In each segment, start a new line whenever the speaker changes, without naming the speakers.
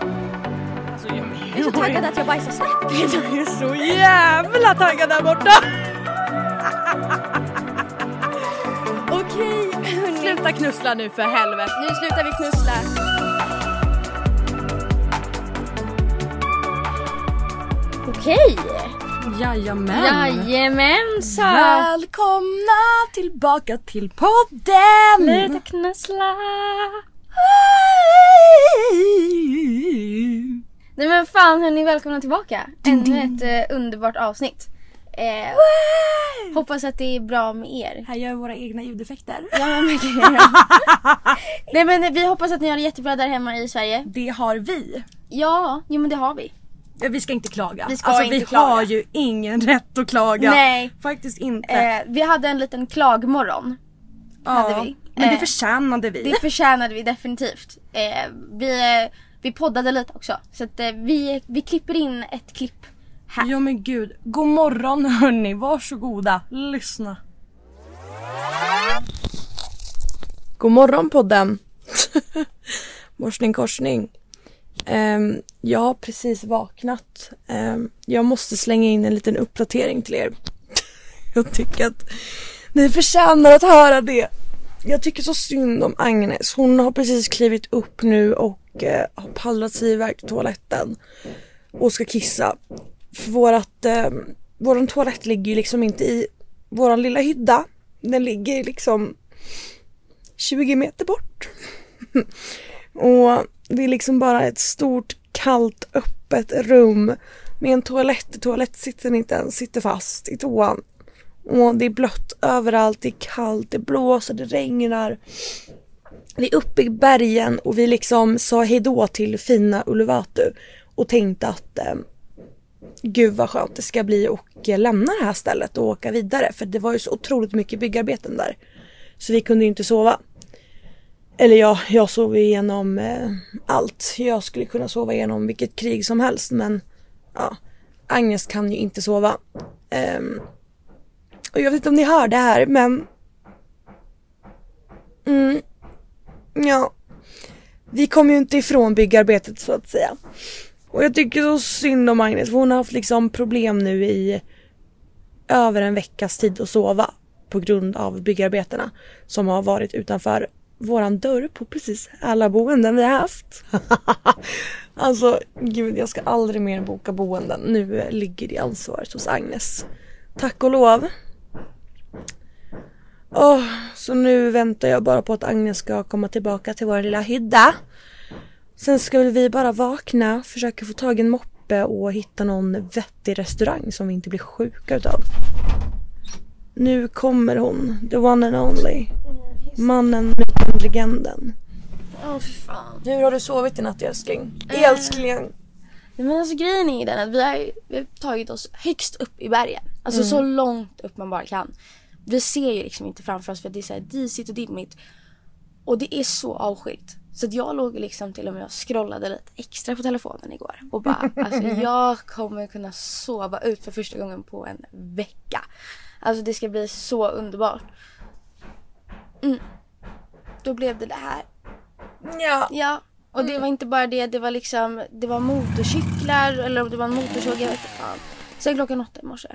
Jag är så taggad att jag bajsar snabbt.
Jag är så jävla taggad där borta!
Okej, hörni.
Sluta knussla nu för helvete.
Nu slutar vi knussla. Okej.
Jajamän.
Jajamensan.
Välkomna tillbaka till podden!
Sluta knussla. Nej men fan hörni, välkomna tillbaka. Ännu ett eh, underbart avsnitt. Eh, hoppas att det är bra med er.
Här gör vi våra egna ljudeffekter.
Ja, men, verkligen, ja. Nej men vi hoppas att ni har det jättebra där hemma i Sverige.
Det har vi.
Ja, jo men det har vi.
Ja, Vi ska inte klaga.
Vi ska
alltså
inte
vi
klaga.
har ju ingen rätt att klaga.
Nej.
Faktiskt inte.
Eh, vi hade en liten klagmorgon.
Ja,
hade vi.
Men det
Eh,
förtjänade vi.
Det förtjänade vi definitivt. Eh, vi, eh, vi poddade lite också. Så att, eh, vi, vi klipper in ett klipp här.
Ja men gud. God morgon hörni, varsågoda. Lyssna.
God morgon podden! Morsning korsning. Ehm, jag har precis vaknat. Ehm, jag måste slänga in en liten uppdatering till er. jag tycker att ni förtjänar att höra det. Jag tycker så synd om Agnes. Hon har precis klivit upp nu och eh, har pallrat sig iväg till toaletten och ska kissa. För vårat, eh, våran toalett ligger ju liksom inte i våran lilla hydda. Den ligger liksom 20 meter bort. och det är liksom bara ett stort kallt öppet rum med en toalett. Toalett sitter inte ens, sitter fast i toan. Och det är blött överallt, det är kallt, det blåser, det regnar. Vi är uppe i bergen och vi liksom sa hejdå till fina Uluwatu och tänkte att eh, gud vad skönt det ska bli och eh, lämna det här stället och åka vidare för det var ju så otroligt mycket byggarbeten där. Så vi kunde ju inte sova. Eller ja, jag sov igenom eh, allt. Jag skulle kunna sova igenom vilket krig som helst men ja, Agnes kan ju inte sova. Ehm, och jag vet inte om ni hör det här men... Mm, ja. Vi kom ju inte ifrån byggarbetet så att säga. Och jag tycker så synd om Agnes för hon har haft liksom problem nu i över en veckas tid att sova på grund av byggarbetena som har varit utanför våran dörr på precis alla boenden vi har haft. alltså gud, jag ska aldrig mer boka boenden. Nu eh, ligger det ansvaret hos Agnes. Tack och lov. Åh, så nu väntar jag bara på att Agnes ska komma tillbaka till vår lilla hydda. Sen ska väl vi bara vakna, försöka få tag i en moppe och hitta någon vettig restaurang som vi inte blir sjuka utav. Nu kommer hon, the one and only. Mannen, myten, legenden.
Åh för fan.
Hur har du sovit i natt älskling? Älskling!
Nej, men alltså grejen är ju den att vi har, ju- vi har tagit oss högst upp i bergen. Alltså så långt upp man bara kan. Vi ser ju liksom inte framför oss för att det är så här disigt och dimmigt. Och det är så avskilt. Så att jag låg liksom till och med och scrollade lite extra på telefonen igår och bara alltså jag kommer kunna sova ut för första gången på en vecka. Alltså det ska bli så underbart. Mm. Då blev det det här.
Ja.
Ja. Och
Mm.
det var inte bara det, det var liksom det var motorcyklar eller om det var en motorsåg, jag vet inte fan. Sen klockan åtta i morse.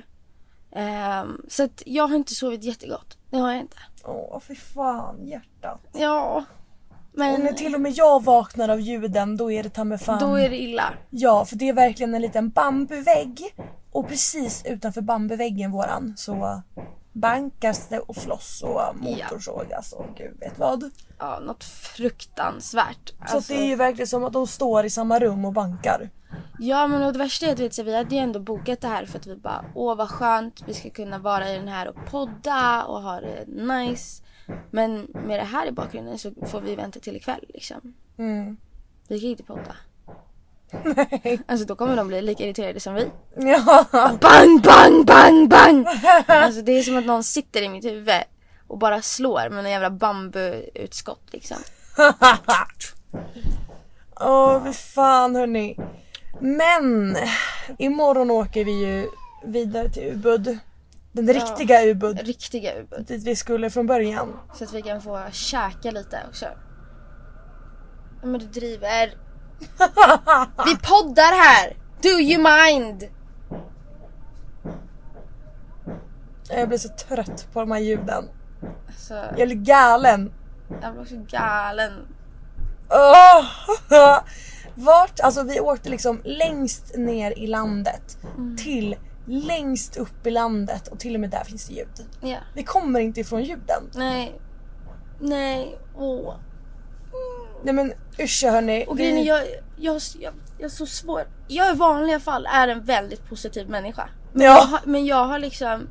Ehm, så att jag har inte sovit jättegott. Det har jag inte.
Åh, fy fan hjärtat.
Ja.
Och när
Men
till och med jag vaknar av ljuden Mm. då är det ta mig fan.
då är det illa.
Ja, för det är verkligen en liten bambuvägg och precis utanför bambuväggen våran så bankas det och slåss och motorsågas och gud vet vad. Så
Ja, något fruktansvärt.
att
Alltså,
det är ju verkligen som att de står i samma rum och bankar.
Ja, men och det värsta är att du vet, så vi hade ju ändå bokat det här för att vi bara, åh vad skönt, vi ska kunna vara i den här och podda och ha det nice. Men med det här i bakgrunden så får vi vänta till ikväll liksom.
Mm.
Vi kan inte podda. Alltså då kommer de bli lika irriterade som vi.
Ja.
Bang, bang, bang, bang! Alltså det är som att någon sitter i mitt huvud och bara slår med en jävla bambuutskott liksom.
Åh, fy fan hörni. Men imorgon åker vi ju vidare till Ubud. Den riktiga Ubud.
Riktiga ubud.
Dit vi skulle från början.
Så att vi kan få käka lite också. Ja, men du driver. Vi poddar här! Do you mind?
Jag blir så trött på de här ljuden.
Alltså,
Jag blir galen.
jag blir också galen.
Åh! Vart, alltså vi åkte liksom längst ner i landet
Mm.
till längst upp i landet och till och med där finns det ljud.
Ja.
Vi kommer inte ifrån ljuden.
Nej. Nej. Åh.
Nej men usch hörni.
Och
vi-
grejen är, jag, jag, jag, jag är så svår. Jag i vanliga fall är en väldigt positiv människa. Jag
Ja,
har, men jag har liksom,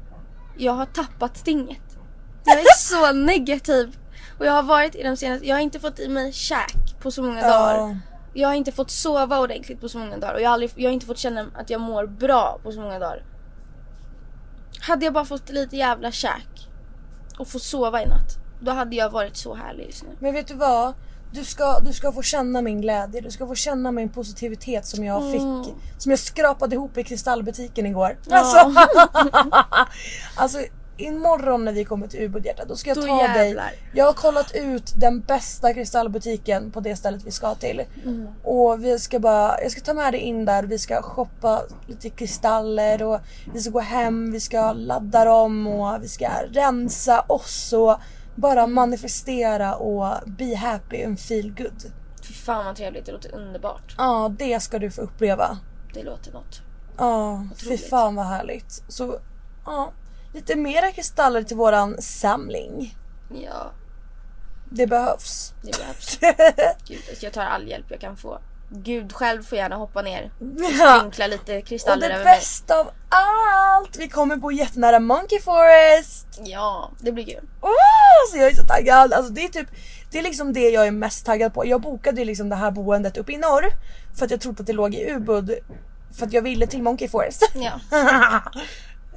jag har tappat stinget. Jag är så negativ. Och jag har varit i de senaste, jag har inte fått i mig käk på så många dagar.
ja.
Jag har inte fått sova ordentligt på så många dagar och jag har, aldrig, jag har inte fått känna att jag mår bra på så många dagar. Hade jag bara fått lite jävla käk och få sova i natt, då hade jag varit så härlig just nu.
Men vet du vad? Du ska, du ska få känna min glädje, du ska få känna min positivitet som
Mm.
jag fick. Som jag skrapade ihop i kristallbutiken igår. Alltså, alltså imorgon när vi kommer till Ubud hjärta, då ska jag
Då
ta
jävlar.
dig. Jag har kollat ut den bästa kristallbutiken på det stället vi ska till.
Mm.
Och vi ska bara, jag ska ta med dig in där, vi ska shoppa lite kristaller och vi ska gå hem, vi ska ladda dem och vi ska rensa oss och bara manifestera och be happy and feel good.
Fy fan vad trevligt, det låter underbart.
Ja, det ska du få uppleva.
Det låter något.
Ja, fy
Otroligt.
fan vad härligt. Så ja, lite mera kristaller till våran samling.
Ja,
Det behövs.
det behövs. Gud, alltså jag tar all hjälp jag kan få. Gud själv får gärna hoppa ner och
Ja.
vinkla lite
Och
kristaller
det
över mig.
bästa av allt, vi kommer bo jättenära Monkey Forest.
Ja, det blir kul.
Åh, så jag är så taggad! Alltså det är typ, det är liksom det jag är mest taggad på. Jag bokade ju liksom det här boendet uppe i norr för att jag trodde att det låg i Ubud för att jag ville till Monkey Forest.
Ja.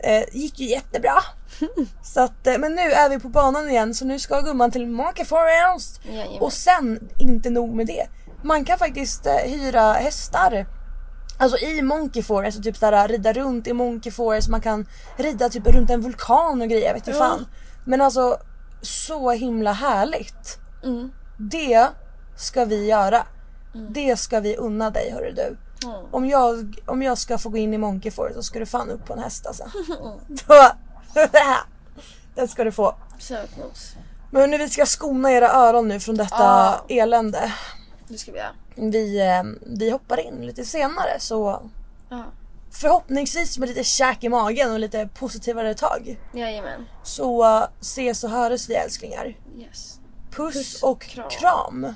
Eh, gick ju jättebra. Så att, eh, men nu är vi på banan igen så nu ska gumman till Monkey Forest.
Jajamän.
Och sen, inte nog med det. Man kan faktiskt eh, hyra hästar. Alltså i Monkey Forest och typ sådär rida runt i Monkey Forest. Man kan rida typ runt en vulkan och grejer, jag vet du fan. Men alltså så himla härligt.
Mm.
Det ska vi göra. Det ska vi unna dig hörru du.
Mm.
Om, jag, om jag ska få gå in i Monkey Forest så ska du fan upp på en häst alltså.
Mm.
Då- Den ska du få.
Sötnos.
Men nu vi ska skona era öron nu från detta
Ja.
elände.
Det ska vi göra.
Vi, eh, vi hoppar in lite senare så
Ja.
förhoppningsvis med lite käk i magen och lite positivare tag.
Jajamän.
Så eh, ses och hörs vi älsklingar.
Yes.
Puss,
Puss,
och
kram.
kram.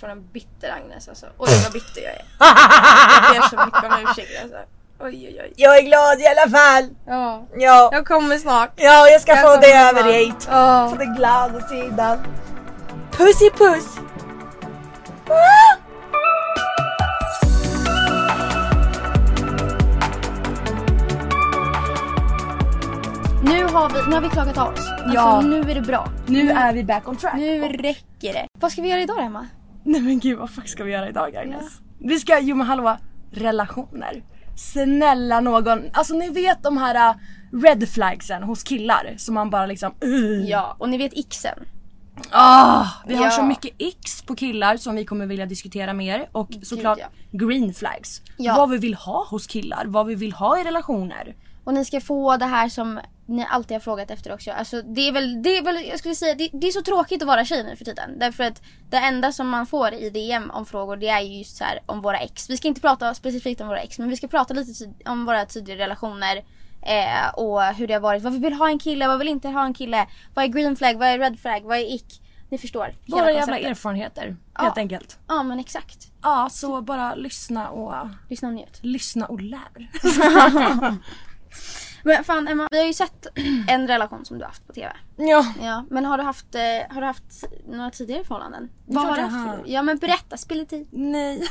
Från en bitter Agnes alltså. Oj vad bitter jag är. Jag ber så mycket om ursäkt alltså. Oj oj oj.
Jag är glad i alla fall.
Ja.
Ja,
Jag kommer snart.
ja jag ska
jag
få
kommer
det över
snart.
dig.
Ja.
På den glada sidan. Puss i puss. Ah!
Nu har vi, nu har vi klagat av oss. Alltså,
Ja.
Nu är det bra. Alltså,
Nu är vi back on track.
Nu räcker det. Vad ska vi göra idag Emma?
Nej men gud vad fuck ska vi göra idag Agnes? Vi ska, jo men hallå, relationer. Snälla någon, alltså ni vet de här äh, red flagsen hos killar som man bara liksom uh,
Ja, och ni vet Xen.
ah, Vi har
Ja.
så mycket x på killar som vi kommer vilja diskutera mer och såklart green flags.
Ja.
Vad vi vill ha hos killar, vad vi vill ha i relationer.
Och ni ska få det här som ni alltid har frågat efter också. Alltså det är väl, det är väl jag skulle säga, det, det är så tråkigt att vara tjej nu för tiden. Därför att det enda som man får i DM om frågor det är ju just så här om våra ex. Vi ska inte prata specifikt om våra ex men vi ska prata lite tid, om våra tidigare relationer. Eh, och hur det har varit, vad vi vill ha en kille, vad vi vill inte ha en kille. Vad är green flag, vad är red flag, vad är ick? Ni förstår. hela
Våra jävla
konceptet.
erfarenheter
Ja.
helt enkelt.
Ja men exakt.
Ja så bara lyssna och äh,
Lyssna och njut.
lyssna och lär.
Men fan Emma, vi har ju sett en relation som du har haft på TV.
Ja,
Ja, men har du haft, eh, har du haft några tidigare förhållanden? Vad
Ja,
har du
det
haft?
har
Ja men berätta, spill lite tid.
Nej.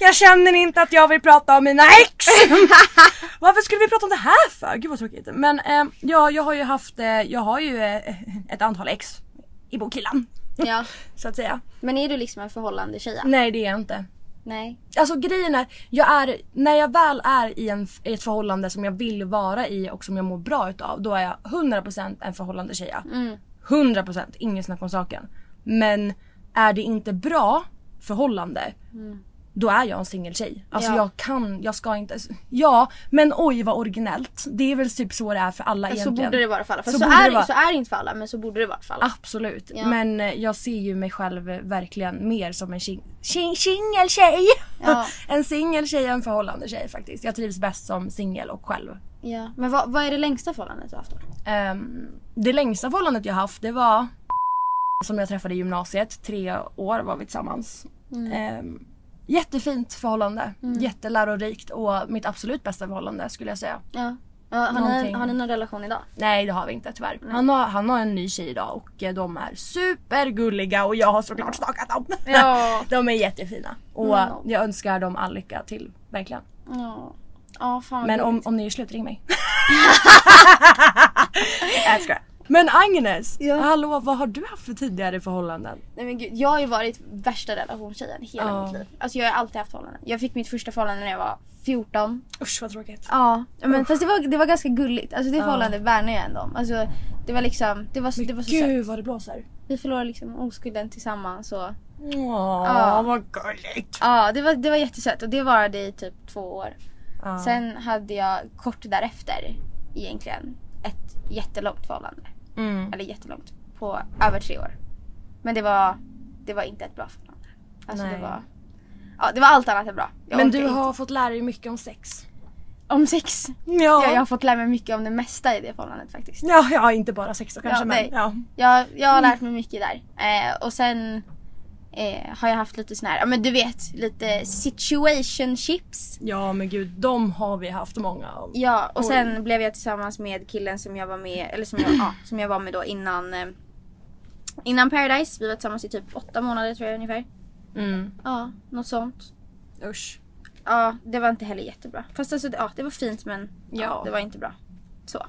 jag känner inte att jag vill prata om mina ex. Varför skulle vi prata om det här för? Gud vad tråkigt. Men eh, ja, jag har ju haft, eh, jag har ju eh, ett antal ex i bokhyllan.
Ja.
Så att säga.
Men är du liksom en förhållande tjej?
Nej det är jag inte.
Nej.
Alltså grejen är, jag är, när jag väl är i, en, i ett förhållande som jag vill vara i och som jag mår bra utav då är jag 100% en förhållande tjej.
Mm.
100% inget snack om saken. Men är det inte bra förhållande då är jag en singeltjej. Alltså
Mm. Ja.
jag kan, jag ska inte. Ja men oj vad originellt. Det är väl typ så det är för alla
Så
egentligen.
borde det vara för alla. För
Så
så,
borde det
är,
vara. Ah.
så är det inte för alla men så borde det vara för alla.
Absolut.
Ja.
Men eh, jag ser ju mig själv eh, verkligen mer som en sing- sing- singeltjej.
Ja.
en singeltjej än förhållande tjej faktiskt. Jag trivs bäst som singel och själv.
Ja. Men vad, vad är det längsta förhållandet du har haft då?
Ehm, det längsta förhållandet jag haft det var som jag träffade i gymnasiet. Tre år var vi tillsammans.
Mm.
Ehm, jättefint förhållande. Jättelärorikt och mitt absolut bästa förhållande skulle jag säga.
Ja. Ja, har, ni,
Någonting.
har ni någon relation idag?
Nej det har vi inte tyvärr. Han har, han har en ny tjej idag och eh, de är supergulliga och jag har såklart stakat dem.
Ja.
De är jättefina och
Mm.
jag önskar dem all lycka till. Verkligen.
Ja. Ja fan vad
Men om,
gulligt.
om ni är slut, ring mig. jag skojar. Men Agnes,
Ja.
hallå vad har du haft för tidigare förhållanden?
Nej men gud, jag har ju varit värsta relationstjejen hela
Ja.
mitt liv. Alltså jag har alltid haft förhållanden. Jag fick mitt första förhållande när jag var 14.
Usch vad tråkigt.
Ja, men fast det var, det var ganska gulligt. Alltså det förhållandet värnar jag ändå om. Alltså det var liksom, det var, så- det var så sött.
Gud vad det blåser.
Vi förlorade liksom oskulden tillsammans och
Åh
Ja.
vad gulligt.
ja, det var, det var jättesött och det varade i typ två år.
Ja.
Sen hade jag kort därefter egentligen ett jättelångt förhållande.
Mm.
Eller jättelångt, på över tre år. Men det var, det var inte ett bra förhållande. Alltså
Nej.
det var, ja det var allt annat än bra. Jag
Men
orkar
du
inte.
har fått lära dig mycket om sex.
Om sex? Ja, jag har fått lära mig mycket om det mesta i det förhållandet faktiskt.
ja, ja inte bara sex då kanske
Ja,
men
nej.
ja.
Jag, jag har lärt mig mycket där. Eh, och sen eh, har jag haft lite sån här, ja men du vet, lite situationships.
ja men gud de har vi haft många av.
Ja, och sen blev jag tillsammans med killen som jag var med, eller som jag, ja, som jag var med då innan eh, Innan Paradise, vi var tillsammans i typ åtta månader tror jag ungefär.
Mm.
Ja, något sånt.
Usch.
Ja, det var inte heller jättebra. Fast alltså, det- ja, det var fint men ja.
Ja.
det var inte bra. Så.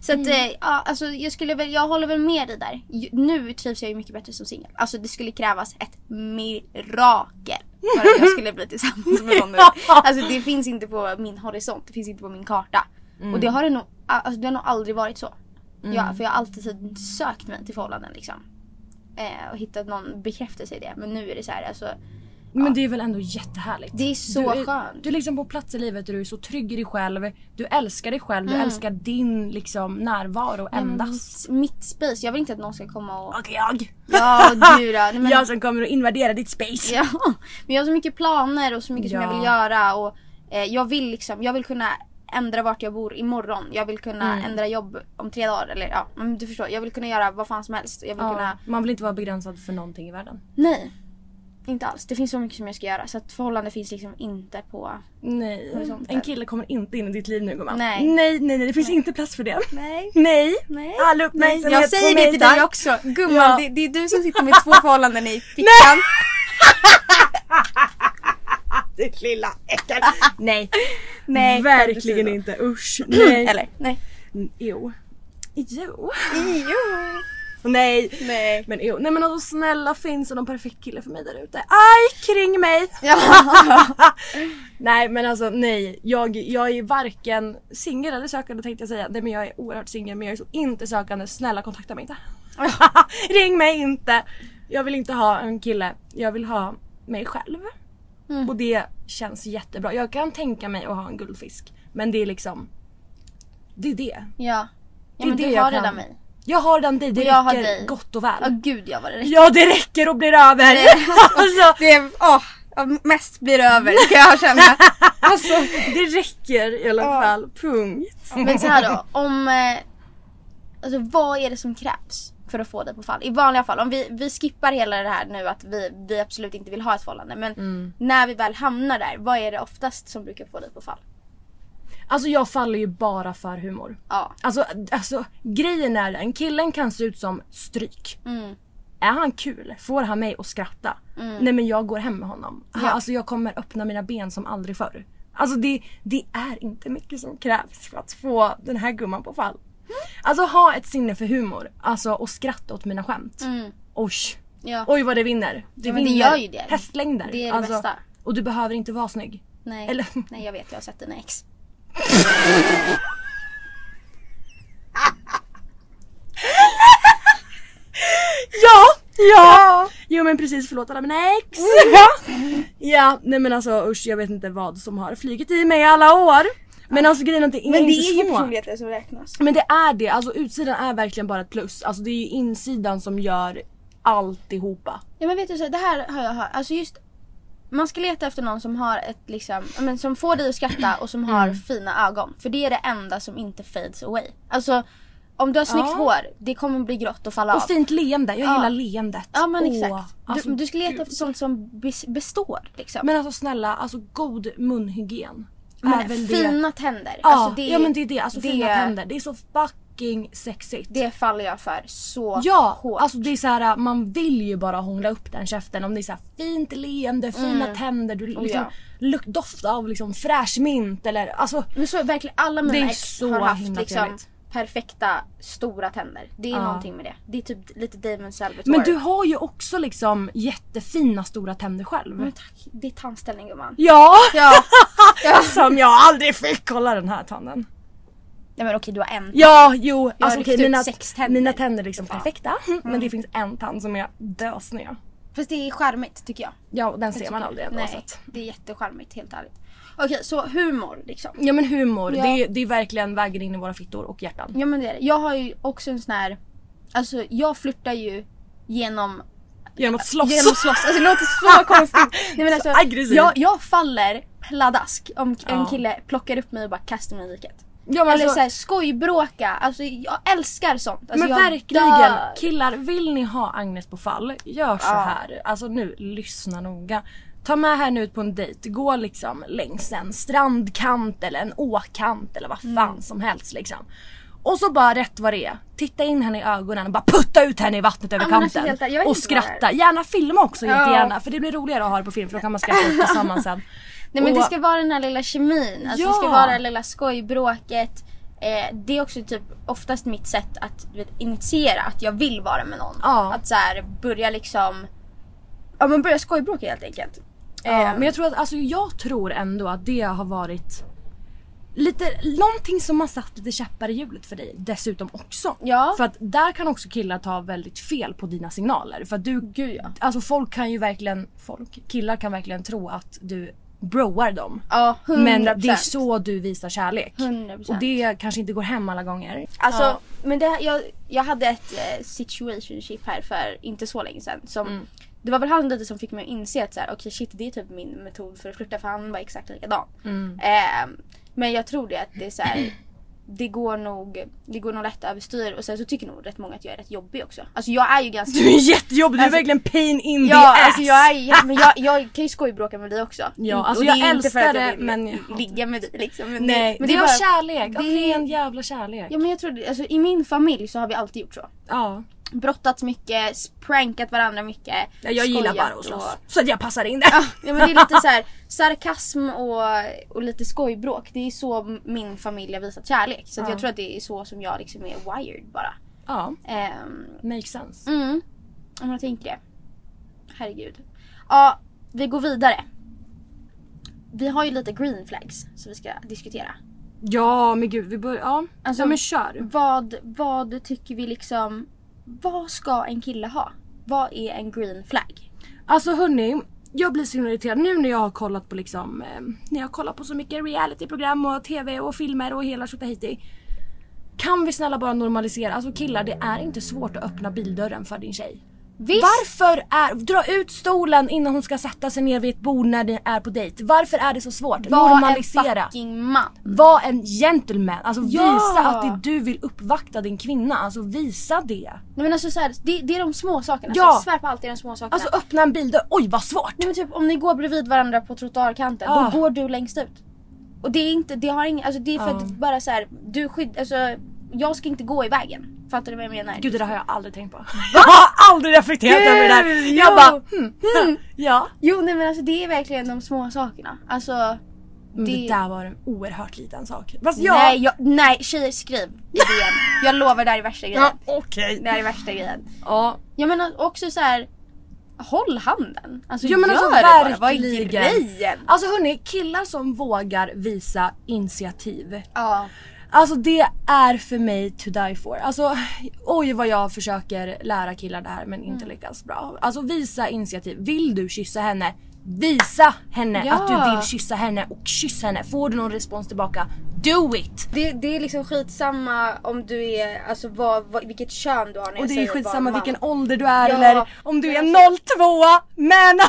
Så att, eh, ja, alltså, jag, skulle väl, jag håller väl med dig där. Ju- Nu trivs jag ju mycket bättre som singel. Alltså det skulle krävas ett mirakel för att jag skulle bli tillsammans med någon nu. Alltså det finns inte på min horisont, det finns inte på min karta. Och det har, det, nog, alltså, det har nog aldrig varit så. Ja, för jag har alltid typ sökt mig till förhållanden liksom. Eh, och hittat någon bekräftelse i det. Men nu är det så här, alltså,
Men det är väl ändå jättehärligt.
det är så
du är,
skönt.
Du är liksom på plats i livet där du är så trygg i dig själv. Du älskar dig själv,
Mm.
du älskar din liksom närvaro endast.
mitt space. Jag vill inte att någon ska komma och...
Och jag.
Ja, du då. Nej, men,
Jag som kommer att invadera ditt space.
ja. men jag har så mycket planer och så mycket som
Ja.
jag vill göra. Och, eh, jag, vill liksom, jag vill kunna ändra vart jag bor imorgon. Jag vill kunna
Mm.
ändra jobb om tre dagar. Eller, ja, men du förstår, jag vill kunna göra vad fan som helst. Jag vill kunna...
Man vill inte vara begränsad för någonting i världen.
Nej. Inte alls. Det finns så mycket som jag ska göra. Så att förhållande finns liksom inte på...
Nej. Mm. En kille kommer inte in i ditt liv nu gumman.
Nej.
Nej, nej, nej. Det finns inte plats för det.
Nej.
Nej.
Nej.
All
Nej,
uppmärksamhet
jag
på
säger
mig
det till dig
tack.
också. Gumman,
Ja.
det, det är du som sitter med två förhållanden i fickan.
Ditt lilla äckel. nej.
Nej,
Verkligen
skämt
inte. Usch. Nej.
Eller? Nej.
Jo. Jo.
Jo.
Nej.
Nej.
Men jo, nej men alltså snälla finns det någon perfekt kille för mig där ute? Aj kring mig! nej men alltså nej, jag, jag är varken singel eller sökande tänkte jag säga. Nej men jag är oerhört singel men jag är så inte sökande. Snälla kontakta mig inte. Ring mig inte! Jag vill inte ha en kille, jag vill ha mig själv. Och det känns jättebra. Jag kan tänka mig att ha en guldfisk. Men det är liksom, det är det.
Ja.
Det
Ja
är
men
det
du
jag
har
kan.
redan mig.
Jag har den dig, det
Och jag har
räcker
dig.
gott och
Ja
väl.
gud ja vad det räcker.
Ja det räcker och blir över! alltså,
Det är, åh, mest blir över kan jag känna. Alltså.
det räcker i alla fall, punkt.
Men så här då, om... eh, Alltså vad är det som krävs för att få dig på fall? I vanliga fall, om vi, vi skippar hela det här nu att vi, vi absolut inte vill ha ett förhållande. Men när vi väl hamnar där, vad är det oftast som brukar få dig på fall?
Alltså jag faller ju bara för humor.
Ja.
Alltså, alltså grejen är den, killen kan se ut som stryk.
Mm.
Är han kul? Får han mig att skratta? Nej men jag går hem med honom. Alltså jag kommer öppna mina ben som aldrig förr. Alltså det, det är inte mycket som krävs för att få den här gumman på fall. Alltså ha ett sinne för humor. Alltså och skratta åt mina skämt. Mm. Oj.
Ja.
Oj vad det vinner. Det
Ja, men det
vinner
gör ju det.
hästlängder. Alltså,
Det är det bästa.
Och du behöver inte vara snygg.
nej.
eller-
nej jag vet, jag har sett dina ex.
Ja! Ja! Jo men precis, förlåt alla mina ex. Ja. ja, nej men alltså usch jag vet inte vad som har flugit i mig i alla år. Men alltså grejen är att det är inte så.
som räknas.
Men det är det, alltså utsidan är verkligen bara ett plus. Alltså det är ju insidan som gör alltihopa.
Ja men vet du så här, det här har jag hört. Alltså just man ska leta efter någon som har ett liksom, ja, men som får dig att skratta och som
Mm.
har fina ögon. För det är det enda som inte fades away. Alltså om du har snyggt
Ja.
hår, det kommer bli grått och falla av.
Och fint leende, jag
Ja.
gillar leendet.
Ja men
Åh,
exakt.
alltså,
du, du ska leta efter sånt som bes- består liksom.
Men alltså snälla, alltså god munhygien. är
Men
väl det-
fina tänder.
Ja,
alltså,
ja men det är det. Alltså
det-
fina tänder. Det är så fucking sexigt.
Det faller jag för så
ja,
hårt.
alltså det är så här, man vill ju bara hångla upp den käften om det är så här fint leende, fina tänder, du liksom,
Mm. ja.
luk, doft av liksom fräsch mint eller alltså
men så är verkligen alla mina
Det är
ex
så
har haft
himla
liksom
trevligt.
perfekta stora tänder. Det är
Ja.
någonting med det. Det är typ lite Damon Salvatore.
Men du har ju också liksom jättefina stora tänder själv.
Men tack, det är tandställning gumman.
Ja!
Ja. ja.
Som jag aldrig fick! Kolla den här tanden.
Nej men okej du har en.
Ja, jo,
har
alltså
ryckt
okej
ut
mina,
sex tänder. Mm.
mina tänder är liksom perfekta. Men det finns en tand som är dösnö.
Fast det är charmigt tycker jag.
Ja, och den ser man aldrig ändå. så
Nej,
att-
det är jättecharmigt helt ärligt. Okej så humor liksom.
Ja men humor,
Ja.
Det, är, det är verkligen vägen in i våra fittor och hjärtan.
Ja men det är det. Jag har ju också en sån här, alltså jag flörtar ju genom
Genom att slåss.
Genom att slåss. Alltså det låter så konstigt. Nej, men alltså,
Så aggressivt.
Jag, jag faller pladask om k- en
Ja.
kille plockar upp mig och bara kastar mig i diket.
Ja, men
Eller
alltså-
såhär skojbråka. Alltså jag älskar sånt.
men
Alltså, jag
verkligen
dör.
killar, vill ni ha Agnes på fall, gör så här. Alltså nu, lyssna noga. Ta med henne ut på en dejt, gå liksom längs en strandkant eller en åkant eller vad
Mm.
fan som helst liksom. Och så bara rätt vad det är, titta in henne i ögonen och bara putta ut henne i vattnet över
Ja, men alltså,
kanten.
helt ärligt, jag vet
och
inte vad det är.
skratta. Gärna filma också jättegärna för det blir roligare att ha det på film för då kan man skratta åt tillsammans sen.
Nej men
Och-
det ska vara den här lilla kemin. Alltså, Det ska
Ja.
vara det här lilla skojbråket. Eh, det är också typ oftast mitt sätt att du vet, initiera att jag vill vara med någon.
Ja.
Att så här, börja liksom, ja men börja skojbråka helt enkelt.
Ja, men jag tror, att, alltså, jag tror ändå att det har varit lite, någonting som har satt lite käppar i hjulet för dig dessutom också.
Ja.
För att där kan också killar ta väldigt fel på dina signaler. För att du,
Gud, ja.
alltså folk kan ju verkligen, folk, killar kan verkligen tro att du broar dem.
Ja, 100%.
Men det är så du visar kärlek.
100%.
Och det kanske inte går hem alla gånger.
Alltså, men det, jag, jag hade ett eh, situationship här för inte så länge sedan. Som,
Mm.
Det var väl han lite som fick mig att inse att så här, okej, shit det är typ min metod för att flirta för han var exakt likadan.
Mm.
Eh, men jag tror det att det är så här, det går nog, det går nog lätt överstyr och sen så tycker nog rätt många att jag är rätt jobbig också. Alltså jag är ju ganska...
Du är jättejobbig, du är
Alltså-
verkligen pain in the
Ja
ass.
alltså jag är ju, men jag, jag kan ju skojbråka med dig också.
Ja, alltså
Och
jag
det är inte för
älskar
att jag
det,
vill
men jag-
ligga med dig liksom. Men
Nej,
men
det, är
bara-
kärlek. Av
det-
ren jävla kärlek.
Ja men jag tror det, alltså i min familj så har vi alltid gjort så.
ja.
brottats mycket, prankat varandra mycket.
Ja, jag gillar
skojat
bara att slåss.
och-
Så att jag passar in där.
Ja, men det är lite så här sarkasm och, och lite skojbråk. Det är så min familj har visat kärlek. Så att jag tror att det är så som jag liksom är wired bara.
Ja,
Ehm,
makes sense.
Mm. Om jag tänker det. Herregud. Ja, vi går vidare. Vi har ju lite green flags som vi ska diskutera.
Ja men gud vi börjar, ja.
Alltså-
ja men kör.
Vad, vad tycker vi liksom... Vad ska en kille ha? Vad är en green flag?
Alltså hörni, jag blir så himla irriterad nu när jag har kollat på liksom, eh, när jag har kollat på så mycket realityprogram och tv och filmer och hela tjottahejti. Kan vi snälla bara normalisera, alltså killar det är inte svårt att öppna bildörren för din tjej.
Visst!
Varför är, dra ut stolen innan hon ska sätta sig ner vid ett bord när ni är på dejt. Varför är det så svårt?
Var en
Normalisera.
fucking man.
Var en gentleman, alltså
Ja!
visa att det du vill uppvakta din kvinna, alltså visa det.
Nej men alltså så här, det, det är de små sakerna.
Ja.
Alltså, jag svär på allt det är de små sakerna.
Alltså öppna en bildörr, oj vad svårt!
Nej men typ om ni går bredvid varandra på trottoarkanten
Ah.
då går du längst ut. Och det är inte, det har ingen, alltså det är för
Ja.
att bara så här, du skydd, alltså jag ska inte gå i vägen. Fattar du vad jag menar?
Gud det där har jag aldrig tänkt på. Jag har aldrig reflekterat över det där.
Gud, Mm.
Jag
jo.
bara hmm, hmm. ja.
Jo nej men alltså det är verkligen de små sakerna. Alltså
Men det...
det-
där var en oerhört liten sak. Fast ja.
nej, jag, nej tjejer skriv i DM. jag lovar det här är värsta grejen.
ja Okej.
Det här är värsta grejen.
Ja.
Jag menar också så här. Håll handen. Alltså
Ja, men
gör
alltså,
det bara. Vad är
verkligen.
grejen?
Alltså hörni, killar som vågar visa initiativ.
Ja.
Alltså det är för mig to die for. Alltså oj vad jag försöker lära killar det här men inte lyckas bra. Alltså visa initiativ. Vill du kyssa henne? Visa henne
Ja.
att du vill kyssa henne och kyss henne. Får du någon respons tillbaka, do it!
Det, det är liksom skitsamma om du är, alltså vad, vad, vilket kön du har när jag
Och det är
säger
skitsamma
bara man.
vilken ålder du är
Ja,
eller om du
men
är
alltså-
02 men...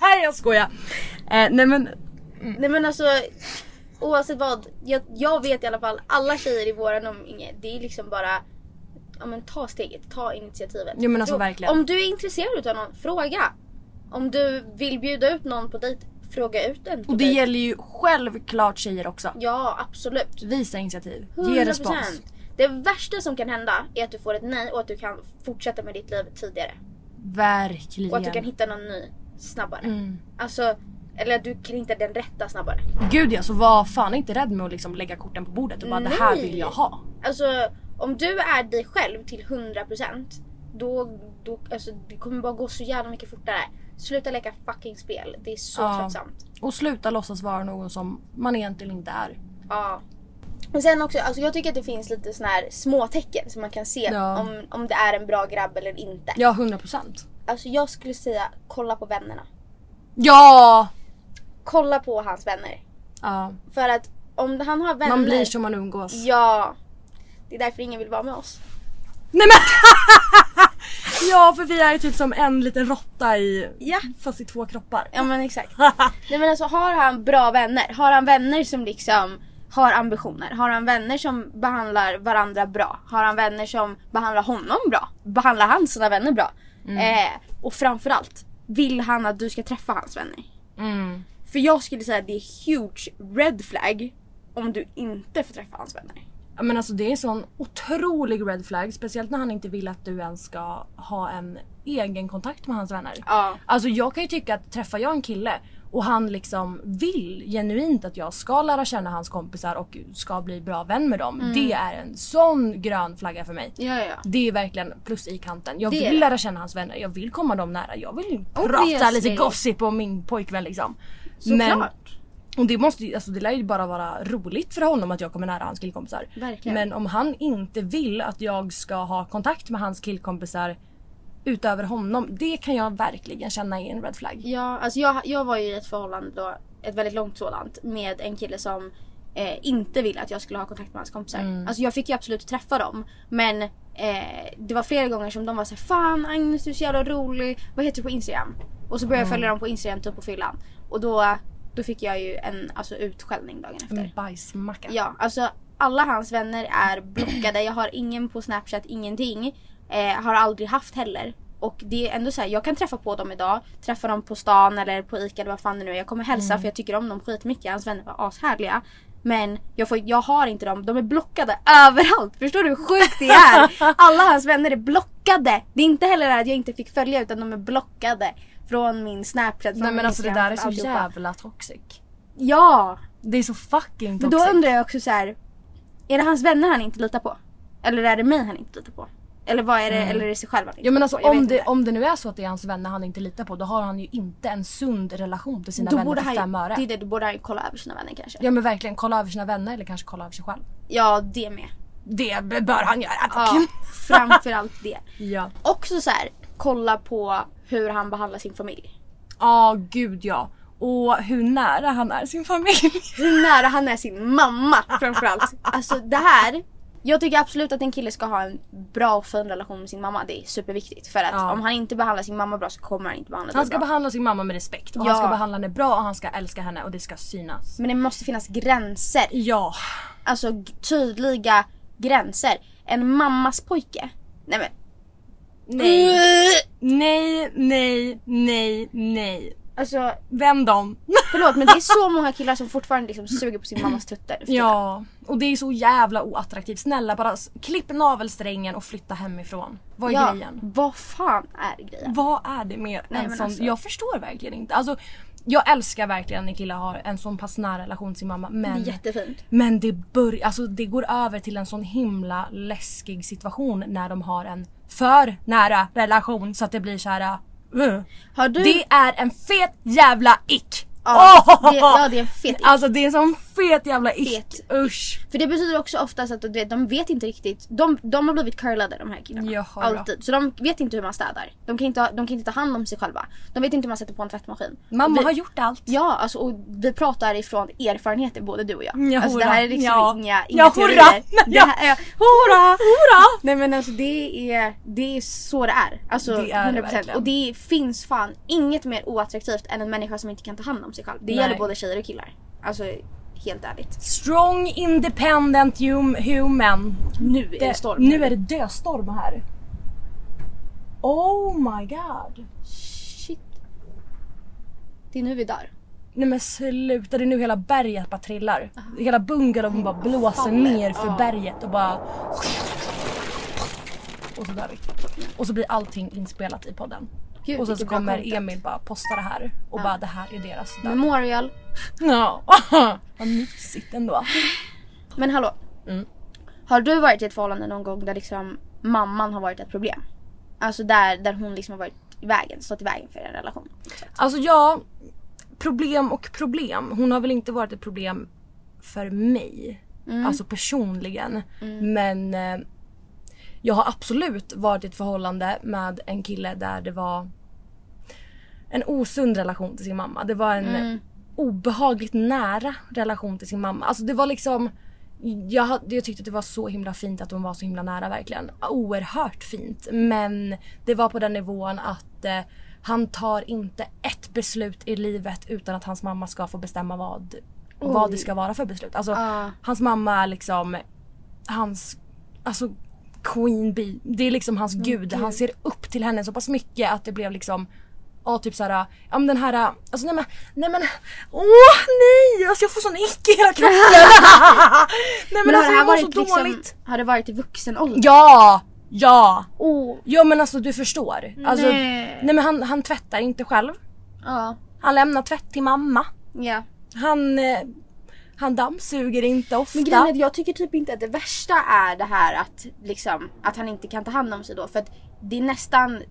Nej jag skojar. Eh, nej men
Nej men alltså oavsett vad, jag, jag vet i alla fall alla tjejer i våran omgivning, det är liksom bara Ja men ta steget, ta initiativet.
Jo, men alltså,
Frå-
verkligen.
Om du är intresserad utav någon, fråga. Om du vill bjuda ut någon på dejt, fråga ut den på
och det
dejt.
gäller ju självklart tjejer också.
Ja absolut.
Visa initiativ, ge respons.
100%. Det värsta som kan hända är att du får ett nej och att du kan fortsätta med ditt liv tidigare.
Verkligen.
Och att du kan hitta någon ny snabbare.
Mm.
Alltså, eller att du kan hitta den rätta snabbare.
Gud ja, så var fan inte rädd med att liksom lägga korten på bordet och bara det här
Nej.
vill jag ha.
Alltså om du är dig själv till 100% då, då alltså, det kommer bara gå så jävla mycket fortare. Sluta leka fucking spel. Det är så
Ja.
tröttsamt.
Och sluta låtsas vara någon som man egentligen inte är.
Ja. Men sen också, alltså jag tycker att det finns lite såna här små tecken som man kan se
Ja.
om, om det är en bra grabb eller inte.
Ja, 100%.
Alltså jag skulle säga kolla på vännerna.
Ja!
Kolla på hans vänner.
ja.
För att om han har vänner...
Man blir som man umgås.
Ja. Det är därför ingen vill vara med oss.
Nej men! ja för vi är ju typ som en liten råtta i,
Ja.
fast i två kroppar.
Ja men exakt. Nej men alltså har han bra vänner, har han vänner som liksom har ambitioner, har han vänner som behandlar varandra bra, har han vänner som behandlar honom bra, behandlar han sina vänner bra? Eh, och framförallt, vill han att du ska träffa hans vänner?
Mm.
För jag skulle säga att det är huge red flag om du inte får träffa hans vänner.
Ja, Men alltså det är en sån otrolig red flag, speciellt när han inte vill att du ens ska ha en egen kontakt med hans vänner.
Ja.
Alltså jag kan ju tycka att träffar jag en kille och han liksom vill genuint att jag ska lära känna hans kompisar och ska bli bra vän med dem. Det är en sån grön flagga för mig.
Mm. Ja, ja.
Det är verkligen plus i kanten. Jag
Det är
vill
det.
lära känna hans vänner, jag vill komma dem nära, jag vill
Obviously.
prata lite gossip om min pojkvän liksom.
Såklart.
och det, måste, ju- alltså det lär ju bara vara roligt för honom att jag kommer nära hans killkompisar.
Verkligen.
Men om han inte vill att jag ska ha kontakt med hans killkompisar utöver honom, det kan jag verkligen känna är en red flag.
Ja, alltså jag, jag var ju i ett förhållande då, ett väldigt långt sådant, med en kille som eh, inte ville att jag skulle ha kontakt med hans kompisar. Alltså jag fick ju absolut träffa dem men eh, det var flera gånger som de var såhär Fan Agnes du är så jävla rolig, vad heter du på Instagram? Och så började jag följa dem på Instagram typ på fyllan och då, då fick jag ju en alltså, utskällning dagen efter.
En bajsmacka.
Ja, alltså alla hans vänner är blockade. Jag har ingen på Snapchat, ingenting. Eh, har aldrig haft heller. Och det är ändå så här, jag kan träffa på dem idag. Träffa dem på stan eller på Ica eller vad fan det nu är. Jag kommer hälsa
Mm.
för jag tycker om dem skitmycket. Hans vänner var ashärliga. Men jag, får, jag har inte dem. De är blockade överallt. Förstår du hur sjukt det är? Alla hans vänner är blockade. Det är inte heller det här att jag inte fick följa utan de är blockade. Från min Snapchat, från
Nej
min
men alltså det
Instagram,
där är så
från alltihopa.
jävla toxic.
Ja!
Det är så fucking
Men
toxic.
då undrar jag också så här. Är det hans vänner han inte litar på? Eller är det mig han inte litar på? Eller vad är det, eller är det sig själv han inte
Mm. Ja men
litar
alltså
på? Jag
om
vet
det,
inte.
om det nu är så att det är hans vänner han inte litar på då har han ju inte en sund relation till sina
då
vänner
borde
för fem
han,
öre.
det är det, då borde han ju kolla över sina vänner kanske. Ja,
Ja men verkligen kolla över sina vänner eller kanske kolla över sig själv.
det med.
Det b- bör han göra.
Ja, framförallt det.
Ja.
Också så här, kolla på hur han behandlar sin familj.
Ja gud ja. Och hur nära han är sin familj.
Hur nära han är sin mamma framförallt. Alltså det här. Jag tycker absolut att en kille ska ha en bra och fin relation med sin mamma. Det är superviktigt. För att
Ja.
om han inte behandlar sin mamma bra så kommer han inte behandla
Han
dig
ska
bra.
behandla sin mamma med respekt och
Ja.
han ska behandla henne bra och han ska älska henne och det ska synas.
Men det måste finnas gränser.
Ja.
Alltså g- tydliga gränser. En mammas pojke. Nej men.
Nej. Nej, nej, nej, nej.
Alltså
Vänd dem.
förlåt men det är så många killar som fortfarande liksom suger på sin mammas tuttar.
Ja, och det är så jävla oattraktivt. Snälla bara s- klipp navelsträngen och flytta hemifrån. Vad är
ja,
grejen?
Vad fan är grejen?
Vad är det med
Nej,
en
men
sån?
alltså-
Jag förstår verkligen inte. Alltså, jag älskar verkligen när killar har en sån pass nära relation till sin mamma
Det är
men
jättefint.
Men det, bör, alltså det går över till en sån himla läskig situation när de har en för nära relation så att det blir såhär... Uh.
Har Mm. du...
Det är en fet jävla ick!
Ja,
Åh!
det- ja, det är en fet ick.
Alltså det är en sån fet jävla ick!
Fet.
Usch!
För det betyder också oftast att du vet, de vet inte riktigt. De, de har blivit curlade de här killarna.
Jaha då.
Alltid. Så de vet inte hur man städar. De kan, inte, ha- de kan inte ta hand om sig själva. De vet inte hur man sätter på en tvättmaskin.
Mamma
Och vi,
har gjort allt.
Ja, alltså, och vi pratar ifrån erfarenheter både du och jag.
Mm, Ja,
alltså, det
hurra.
här är liksom
Ja.
inga, inga
Ja, hurra.
teorier. Det
Ja.
här är, hurra!
Hurra!
Nej men alltså det är, det är så det är. Alltså
Det är det
100%.
verkligen.
och det finns fan inget mer oattraktivt än en människa som inte kan ta hand om sig själv. Det
Nej.
gäller både tjejer och killar. Alltså helt ärligt.
Strong independent hum- human.
Nu är det storm.
Nu är det dödstorm här. Oh my god.
Shit. Det är nu vi dör.
Nej men sluta, det är nu hela berget bara trillar. Hela bungalowen bara blåser ner för berget och bara... Och så dör vi. Och så blir allting inspelat i podden.
Gud,
och sen så
vilket bra
kommer
content. Mm.
Emil bara posta det här och bara det här är deras död.
Memorial.
Ja. Vad mysigt ändå.
Men hallå. Har du varit i ett förhållande någon gång där liksom mamman har varit ett problem? Alltså där, där hon liksom har varit i vägen, stått i vägen för en relation.
Alltså ja, problem och problem. Hon har väl inte varit ett problem för mig. Alltså personligen. Men eh, jag har absolut varit i ett förhållande med en kille där det var en osund relation till sin mamma. Det var en obehagligt nära relation till sin mamma. Alltså det var liksom jag, hade- jag tyckte att det var så himla fint att hon var så himla nära verkligen. Oerhört fint. Men det var på den nivån att eh, han tar inte ett beslut i livet utan att hans mamma ska få bestämma vad, vad det ska vara för beslut. Alltså hans mamma är liksom hans alltså, Queen Bee. Det är liksom hans gud. Han ser upp till henne så pass mycket att det blev liksom Ja typ såhär, ja men den här, alltså nej men, nej men, åh nej! Alltså jag får sån ick i hela kroppen! nej men,
Men har
alltså
det här
jag mår
varit
så
liksom,
dåligt!
har det varit i vuxen ålder?
Ja! Ja!
Oh,
Ja men alltså du förstår. Alltså,
Nej.
nej men han, han tvättar inte själv.
ja.
Han lämnar tvätt till mamma.
Ja.
Han, eh, han dammsuger inte ofta.
Men grejen är att jag tycker typ inte att det värsta är det här att, liksom, att han inte kan ta hand om sig då. För att det är nästan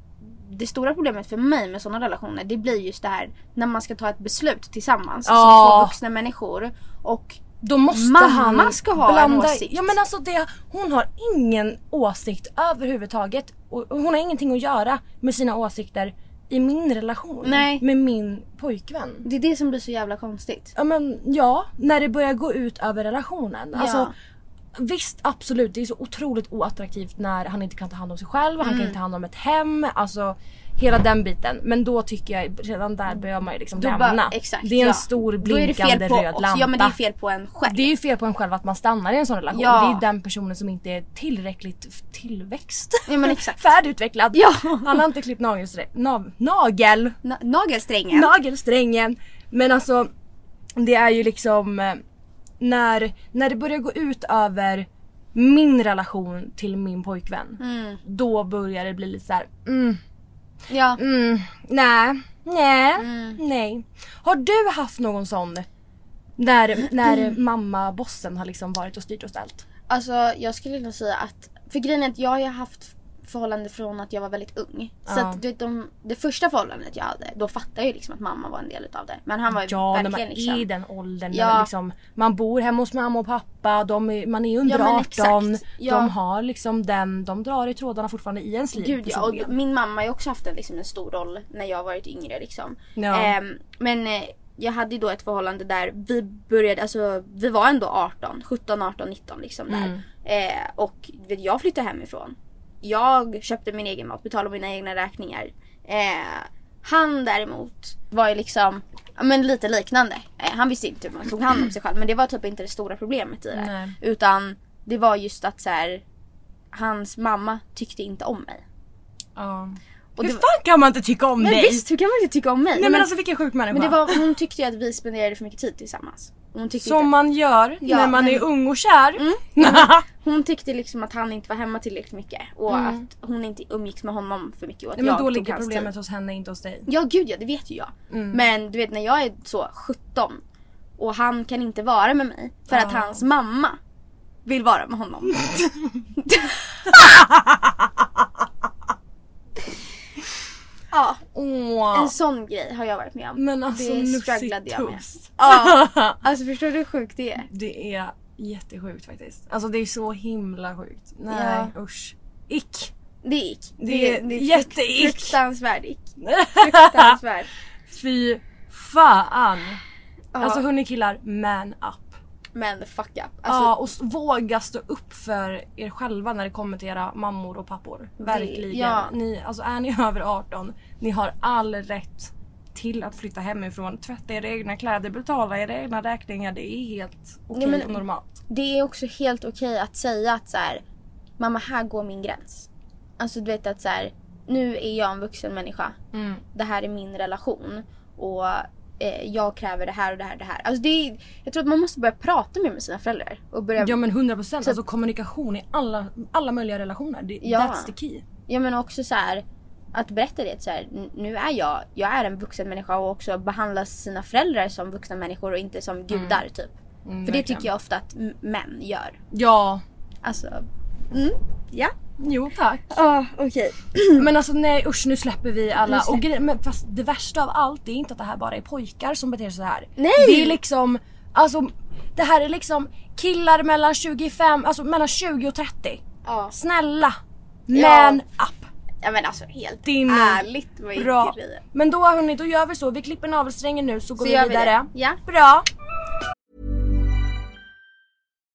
det stora problemet för mig med sådana relationer det blir just det här när man ska ta ett beslut tillsammans alltså som
Ja.
två vuxna människor och
Då måste
Mamma
han
ska ha en
blanda-
åsikt.
Ja men alltså det, hon har ingen åsikt överhuvudtaget. Och och hon har ingenting att göra med sina åsikter i min relation.
Nej.
Med min pojkvän.
det är det som blir så jävla konstigt.
Ja men ja, när det börjar gå ut över relationen. Alltså, visst absolut, det är så otroligt oattraktivt när han inte kan ta hand om sig själv,
Mm.
han kan inte ta hand om ett hem. Alltså hela den biten. Men då tycker jag redan där börjar man ju liksom
Då
lämna.
bara- exakt,
det är en
ja.
stor
Då är det fel
blinkande
på
röd
oss.
lampa.
Ja men det är fel på en själv.
Det är ju fel på en själv att man stannar i en sån relation.
Ja.
Det är ju den personen som inte är tillräckligt f- tillväxt.
Ja, men exakt.
Färdigutvecklad.
Ja.
Han har inte klippt nagelsträ- nav- nagel
Na- nagelsträngen.
nagelsträngen. Men alltså det är ju liksom eh, när, när det börjar gå ut över min relation till min pojkvän.
Mm.
Då börjar det bli lite såhär, mm,
ja.
mm, nej, nej,
Mm.
nej. Har du haft någon sån
Mm.
när, när mamma, bossen har liksom varit och styrt och ställt?
Alltså jag skulle nog säga att För grejen är att jag har ju haft förhållande från att jag var väldigt ung. Så
Ja.
att du vet, de, det första förhållandet jag hade, då fattade jag ju liksom att mamma var en del utav det. Men han var ju
Ja, när man
verkligen liksom...
är i den åldern.
Ja.
När man, liksom, man bor hemma hos mamma och pappa, de är, man är under
Ja, men
18.
exakt. Ja.
De har liksom den, de drar i trådarna fortfarande i ens liv.
Gud ja, och
typ personligen.
min mamma har ju också haft en, liksom, en stor roll när jag har varit yngre. Liksom.
Ja.
Ehm, men eh, jag hade ju då ett förhållande där vi började, alltså vi var ändå 18, 17, 18, 19 liksom där.
Mm.
Eh, och vet, jag flyttade hemifrån. Jag köpte min egen mat, betalade mina egna räkningar. Eh, han däremot var ju liksom ja, men lite liknande. Eh, han visste inte hur man tog hand om sig själv men det var typ inte det stora problemet i det.
Nej.
Utan det var just att så här, hans mamma tyckte inte om mig.
Ja.
Och
Hur
det-
fan kan man inte tycka om
men
dig?
visst, hur kan man inte tycka om mig?
Nej men alltså vilken sjuk människa.
men det var, hon tyckte ju att vi spenderade för mycket tid tillsammans. Hon tyckte,
Som
inte,
man gör
Ja,
när man
men- Mm.
är ung och kär.
hon tyckte liksom att han inte var hemma tillräckligt mycket och att hon inte umgicks med honom för mycket och att
Mm. Nej, men
jag
då
tog
ligger
hans
problemet
tid.
hos henne, inte hos dig.
Ja gud ja, det vet ju jag.
Mm.
Men du vet när jag är så 17 och han kan inte vara med mig för att hans mamma vill vara med honom. ja,
Åh.
en sån grej har jag varit med om.
Men alltså
det strugglade jag med.
nussituss.
Ja, alltså förstår du hur sjukt det är?
Det är jättesjukt faktiskt. Alltså det är så himla sjukt. Nej
Ja.
usch. Ick.
Det är ick.
Det är jätteick.
Fruktansvärd ick. Fruktansvärd.
Fy fan.
Ja,
Alltså hörni killar, man up.
men fuck up.
ja
Alltså,
och s- våga stå upp för er själva när det kommer till era mammor och pappor. Verkligen.
ja.
Ni, alltså är ni över 18, ni har all rätt till att flytta hemifrån, tvätta era egna kläder, betala era egna räkningar. Det är helt okej
men-
och normalt.
det är också helt okej att säga att så här, mamma här går min gräns. Alltså du vet att så här, nu är jag en vuxen människa. Det här är min relation. Och eh, jag kräver det här och det här och det här. Alltså det är, jag tror att man måste börja prata mer med sina föräldrar. Och börja
Ja men 100% procent, alltså kommunikation i alla, alla möjliga relationer. Det,
Ja.
That's the key.
Ja men också så här att berätta det så här, n- nu är jag, jag är en vuxen människa och också behandla sina föräldrar som vuxna människor och inte som gudar typ. För det tycker jag ofta att m- män gör.
Ja.
Alltså, mm, ja.
Jo tack.
Ja, okej.
Men alltså nej usch nu släpper vi alla.
Nu släpper-
Och gre- men fast det värsta av allt det är inte att det här bara är pojkar som beter sig så här.
Nej!
Det är liksom, alltså det här är liksom killar mellan 25, alltså mellan 20 och 30.
Ja.
Snälla!
Ja.
Man up!
ja men alltså helt
Det är nog
ärligt vad är
Bra!
grejen?
Men då hörni, då gör vi så. Vi klipper navelsträngen nu så går
Så
vi
gör vi
vidare.
det. Ja.
Bra!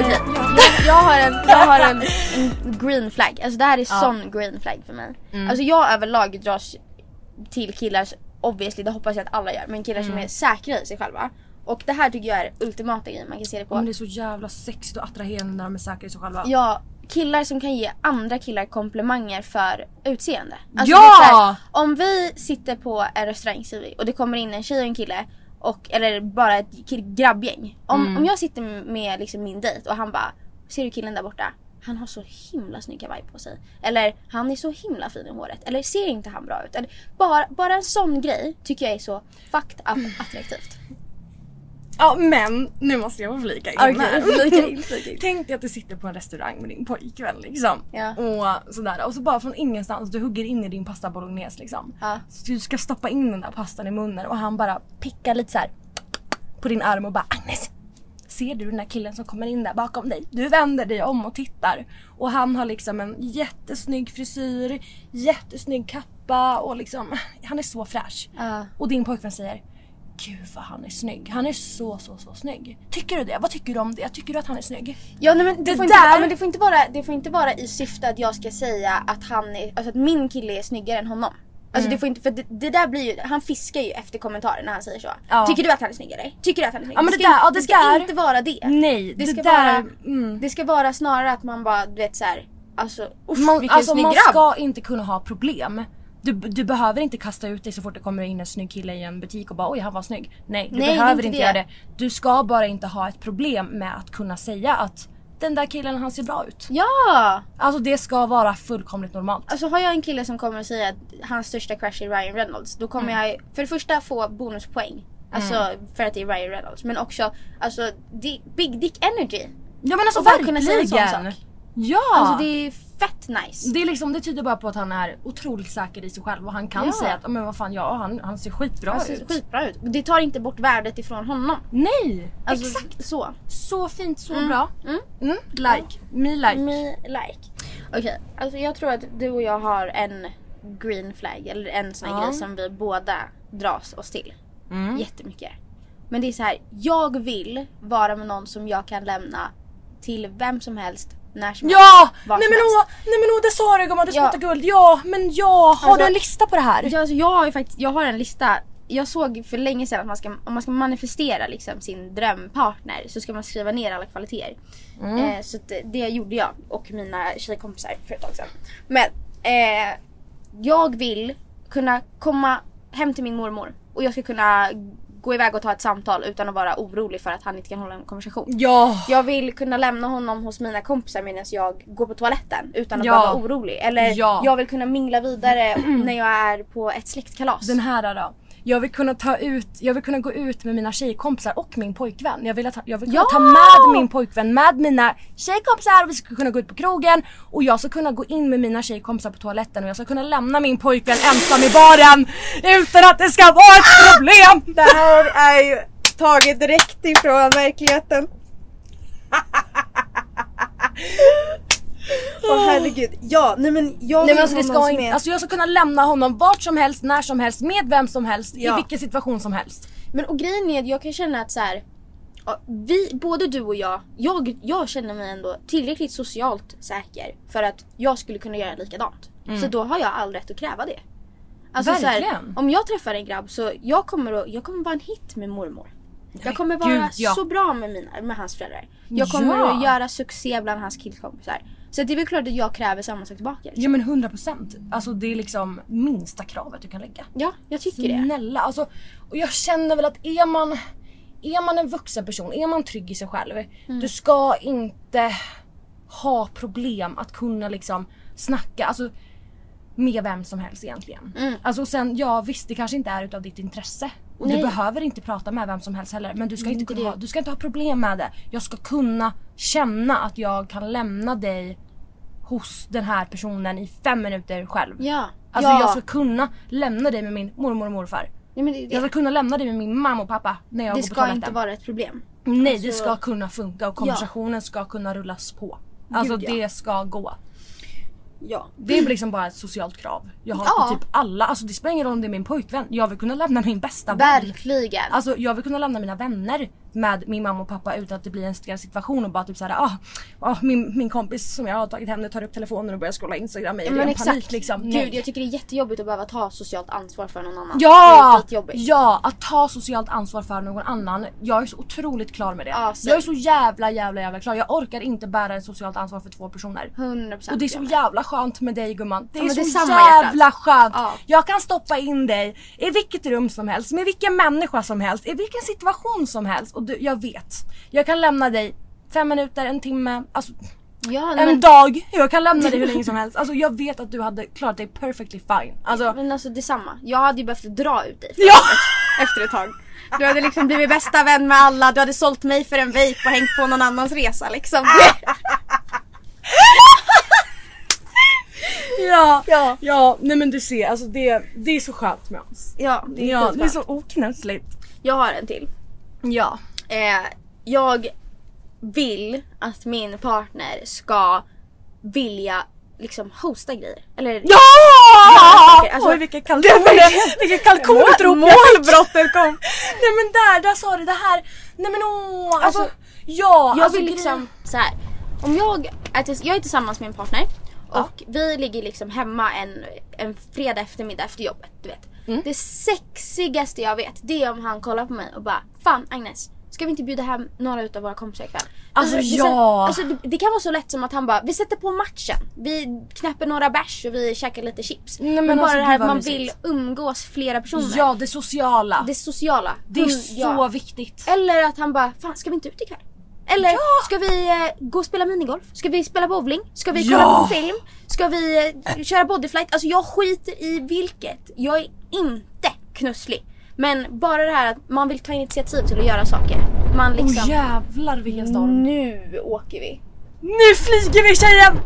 Okej, jag, jag har, en, jag har en, en green flag. Alltså det här är sån green flag för mig. Alltså jag överlag dras till killar, s- obviously det hoppas jag att alla gör, men killar som är säkra i sig själva. Och det här tycker jag är ultimata grejen man kan se det på.
Men det är så jävla sexigt och attraherande när de är säkra i sig själva.
Ja, killar som kan ge andra killar komplimanger för utseende. Alltså,
Ja!
det är så här, om vi sitter på en restaurang säger vi, och det kommer in en tjej och en kille och, eller bara ett kill- grabbgäng. Om, om jag sitter med liksom, min dejt och han bara “Ser du killen där borta? Han har så himla snygg kavaj på sig”. Eller “Han är så himla fin i håret”. Eller “Ser inte han bra ut?” eller, bara, bara en sån grej tycker jag är så fucked up attraktivt.
Ja men nu måste jag få flika in
Okej,
här.
flika in, flika in.
Tänk dig att du sitter på en restaurang med din pojkvän liksom.
Ja.
Och sådär. Och så bara från ingenstans, du hugger in i din pasta bolognese liksom.
Ja.
Så du ska stoppa in den där pastan i munnen och han bara pickar lite så här på din arm och bara Agnes! Ser du den där killen som kommer in där bakom dig? Du vänder dig om och tittar. Och han har liksom en jättesnygg frisyr, jättesnygg kappa och liksom han är så fräsch.
Ja.
Och din pojkvän säger Gud vad han är snygg. Han är så så så snygg. Tycker du det? Vad tycker du om det? Tycker du att han är snygg?
Ja, nej, men det,
Det
får inte,
där-
ja, men det, får inte vara, det får inte vara i syfte att jag ska säga att, han är, alltså att min kille är snyggare än honom. Alltså
Mm.
det får inte, för det, det där blir ju, han fiskar ju efter kommentarer när han säger så.
Ja.
Tycker du att han är snyggare? Tycker du att han är snyggare?
Ja, men det
ska,
där- ja,
in-
det
ska
där-
inte vara det.
Nej,
det
det
ska,
där-
vara,
mm.
det ska vara snarare att man bara, du vet såhär, alltså uff,
Man,
vilken
alltså
snygg
man
grabb.
ska inte kunna ha problem. Du, du behöver inte kasta ut dig så fort det kommer in en snygg kille i en butik och bara oj han var snygg. Nej du
Nej, det är
behöver
inte
inte,
det.
göra det. Du ska bara inte ha ett problem med att kunna säga att den där killen han ser bra ut.
Ja!
Alltså det ska vara fullkomligt normalt.
Alltså har jag en kille som kommer och säger att hans största crush är Ryan Reynolds då kommer jag för det första få bonuspoäng. Alltså för att det är Ryan Reynolds. Men också alltså, di- big dick energy.
Ja men alltså
Och bara kunna säga en sån
verkligen!
sak.
Ja!
Alltså det är fett nice.
Det, är liksom, det tyder bara på att han är otroligt säker i sig själv och han kan
Ja.
säga att "Ja, men vad fan, ja, han, han ser skitbra
Han
ut.
ser skitbra ut. Det tar inte bort värdet ifrån honom.
Nej!
Alltså,
Exakt!
Så.
Så fint, så bra.
Mm.
Mm. Like, me like.
Me like. Okej, alltså jag tror att du och jag har en green flag eller en sån här
Ja. Mm.
grej som vi båda dras oss till. Jättemycket. Men det är så här, jag vill vara med någon som jag kan lämna till vem som helst när som
Ja!
helst.
Nej
var som
men,
helst.
åh, nej men åh, där sa du gumman, du
Ja.
spottar guld. Ja, men ja, har
Alltså-
du en lista på det här?
Ja, alltså jag har ju faktiskt, jag har en lista. Jag såg för länge sedan att man ska, om man ska manifestera liksom sin drömpartner så ska man skriva ner alla kvaliteter. Eh, så att det, det gjorde jag och mina tjejkompisar för ett tag sedan. Men eh, jag vill kunna komma hem till min mormor och jag ska kunna gå iväg och ta ett samtal utan att vara orolig för att han inte kan hålla en konversation.
Ja!
Jag vill kunna lämna honom hos mina kompisar medan jag går på toaletten utan att
Ja.
behöva vara orolig. Eller
Ja.
jag vill kunna mingla vidare när jag är på ett släktkalas.
Den här då. Jag vill kunna ta ut, jag vill kunna gå ut med mina tjejkompisar och min pojkvän. Jag vill, att, jag vill kunna ta
Ja!
med min pojkvän, med mina tjejkompisar. Vi ska kunna gå ut på krogen och jag ska kunna gå in med mina tjejkompisar på toaletten och jag ska kunna lämna min pojkvän ensam i baren utan att det ska vara ett problem.
Det här är ju taget direkt ifrån verkligheten. Åh herregud. Ja, nej men jag
Nej,
vill
men alltså, det
ha någon
ska
som
inte,
är-
alltså jag ska kunna lämna honom vart som helst, när som helst, med vem som helst,
Ja.
i vilken situation som helst.
Men och grejen är att jag kan känna att så här, ja, vi, både du och jag, jag, jag känner mig ändå tillräckligt socialt säker för att jag skulle kunna göra likadant. Så då har jag all rätt att kräva det. Alltså så här,
Mm. Verkligen.
om jag träffar en grabb så jag kommer att, jag kommer vara en hit med mormor. Jag kommer vara
gud, ja.
så bra med, mina, med hans föräldrar. Jag kommer
Ja.
att göra succé bland hans killkompisar. Så det är väl klart att jag kräver samma sak tillbaka. liksom.
Ja men 100%. Alltså det är liksom minsta kravet du kan lägga.
Ja, jag tycker det.
Snälla alltså. Och jag känner väl att är man, är man en vuxen person, är man trygg i sig själv.
Mm.
Du ska inte ha problem att kunna liksom snacka. Alltså, med vem som helst egentligen.
Mm.
Alltså och sen, ja visst det kanske inte är utav ditt intresse. Och
Nej.
du behöver inte prata med vem som helst heller. Men du ska, inte
inte
kunna
det.
ha, du ska inte ha problem med det. Jag ska kunna känna att jag kan lämna dig hos den här personen i fem minuter själv.
Ja.
Alltså
ja.
jag ska kunna lämna dig med min mormor och morfar.
Nej, men det,
Jag ska
det,
kunna lämna dig med min mamma och pappa när jag går
det
på
ska
toaletten.
inte vara ett problem.
Nej det
alltså-
ska kunna funka och konversationen ska kunna rullas på. Alltså
Gud, ja.
det ska gå.
Ja.
Det är liksom bara ett socialt krav. Jag har
Ja.
på typ alla, alltså det spelar ingen roll om det är min pojkvän. Jag vill kunna lämna min bästa vän.
Verkligen.
Alltså jag vill kunna lämna mina vänner med min mamma och pappa utan att det blir en stel situation och bara typ såhär ah, ah min, min kompis som jag har tagit hem nu tar upp telefonen och börjar scrolla instagram i
Ja,
ren
men
panik liksom. Nej.
Gud, jag tycker det är jättejobbigt att behöva ta socialt ansvar för någon annan. Det är
Ja!
skitjobbigt.
Ja, att ta socialt ansvar för någon annan. Jag är så otroligt klar med det.
Ja, så-
jag är så jävla jävla jävla klar. Jag orkar inte bära ett socialt ansvar för två personer.
100%
Och det är så
jag med.
jävla skönt med dig gumman. Det är
men det är
så
samma
jävla
hjärtat.
skönt.
Ja.
Jag kan stoppa in dig i vilket rum som helst, med vilken människa som helst, i vilken situation som helst. Och du, jag vet. Jag kan lämna dig fem minuter, en timme, alltså
Ja,
en
men,
dag. Jag kan lämna dig hur länge som helst. Alltså jag vet att du hade klarat dig perfectly fine. Alltså,
men alltså detsamma. Jag hade ju behövt dra ut dig
ja!
efter ett tag. Du hade liksom blivit bästa vän med alla, du hade sålt mig för en vape och hängt på någon annans resa liksom.
Ja,
Ja.
ja, nej men du ser, alltså det, det är så skönt med oss.
Ja, det är,
Ja, det är
skitbra.
så oknutsligt.
Jag har en till.
Ja.
Eh, jag vill att min partner ska vilja liksom hosta grejer. Eller
Ja!
saker. Alltså-
Oj vilka kalkoner, vilka kalkonrop jag fick!
Målbrottet kom! Nej men där, där sa du det här! Nej men åh! Alltså,
Alltså,
ja!
Jag
alltså,
vill
grej-
liksom så här. Om jag är, tills, jag är tillsammans med min partner och vi ligger liksom hemma en, en fredag eftermiddag efter jobbet. Du vet.
Mm.
Det sexigaste jag vet det är om han kollar på mig och bara Fan Agnes, ska vi inte bjuda hem några utav våra kompisar ikväll?
Alltså,
det-
ja.
Alltså, det, det kan vara så lätt som att han bara Vi sätter på matchen. Vi knäpper några bärs och vi käkar lite chips.
Nej, men
bara
alltså,
det
gud,
här att
vad
man
mysigt.
vill umgås flera personer.
Ja, det sociala.
Det sociala.
Det är
Mm,
så
ja.
viktigt.
Eller att han bara, fan ska vi inte ut ikväll? Eller ska vi eh, gå och spela minigolf? Ska vi spela bowling? Ska vi kolla
Ja!
på film? Ska vi eh, köra bodyflight? Alltså jag skiter i vilket. Jag är inte knusslig. Men bara det här att man vill ta initiativ till att göra saker. Man
Åh
liksom,
jävlar vilken storm.
nu åker vi.
Nu flyger vi tjejen!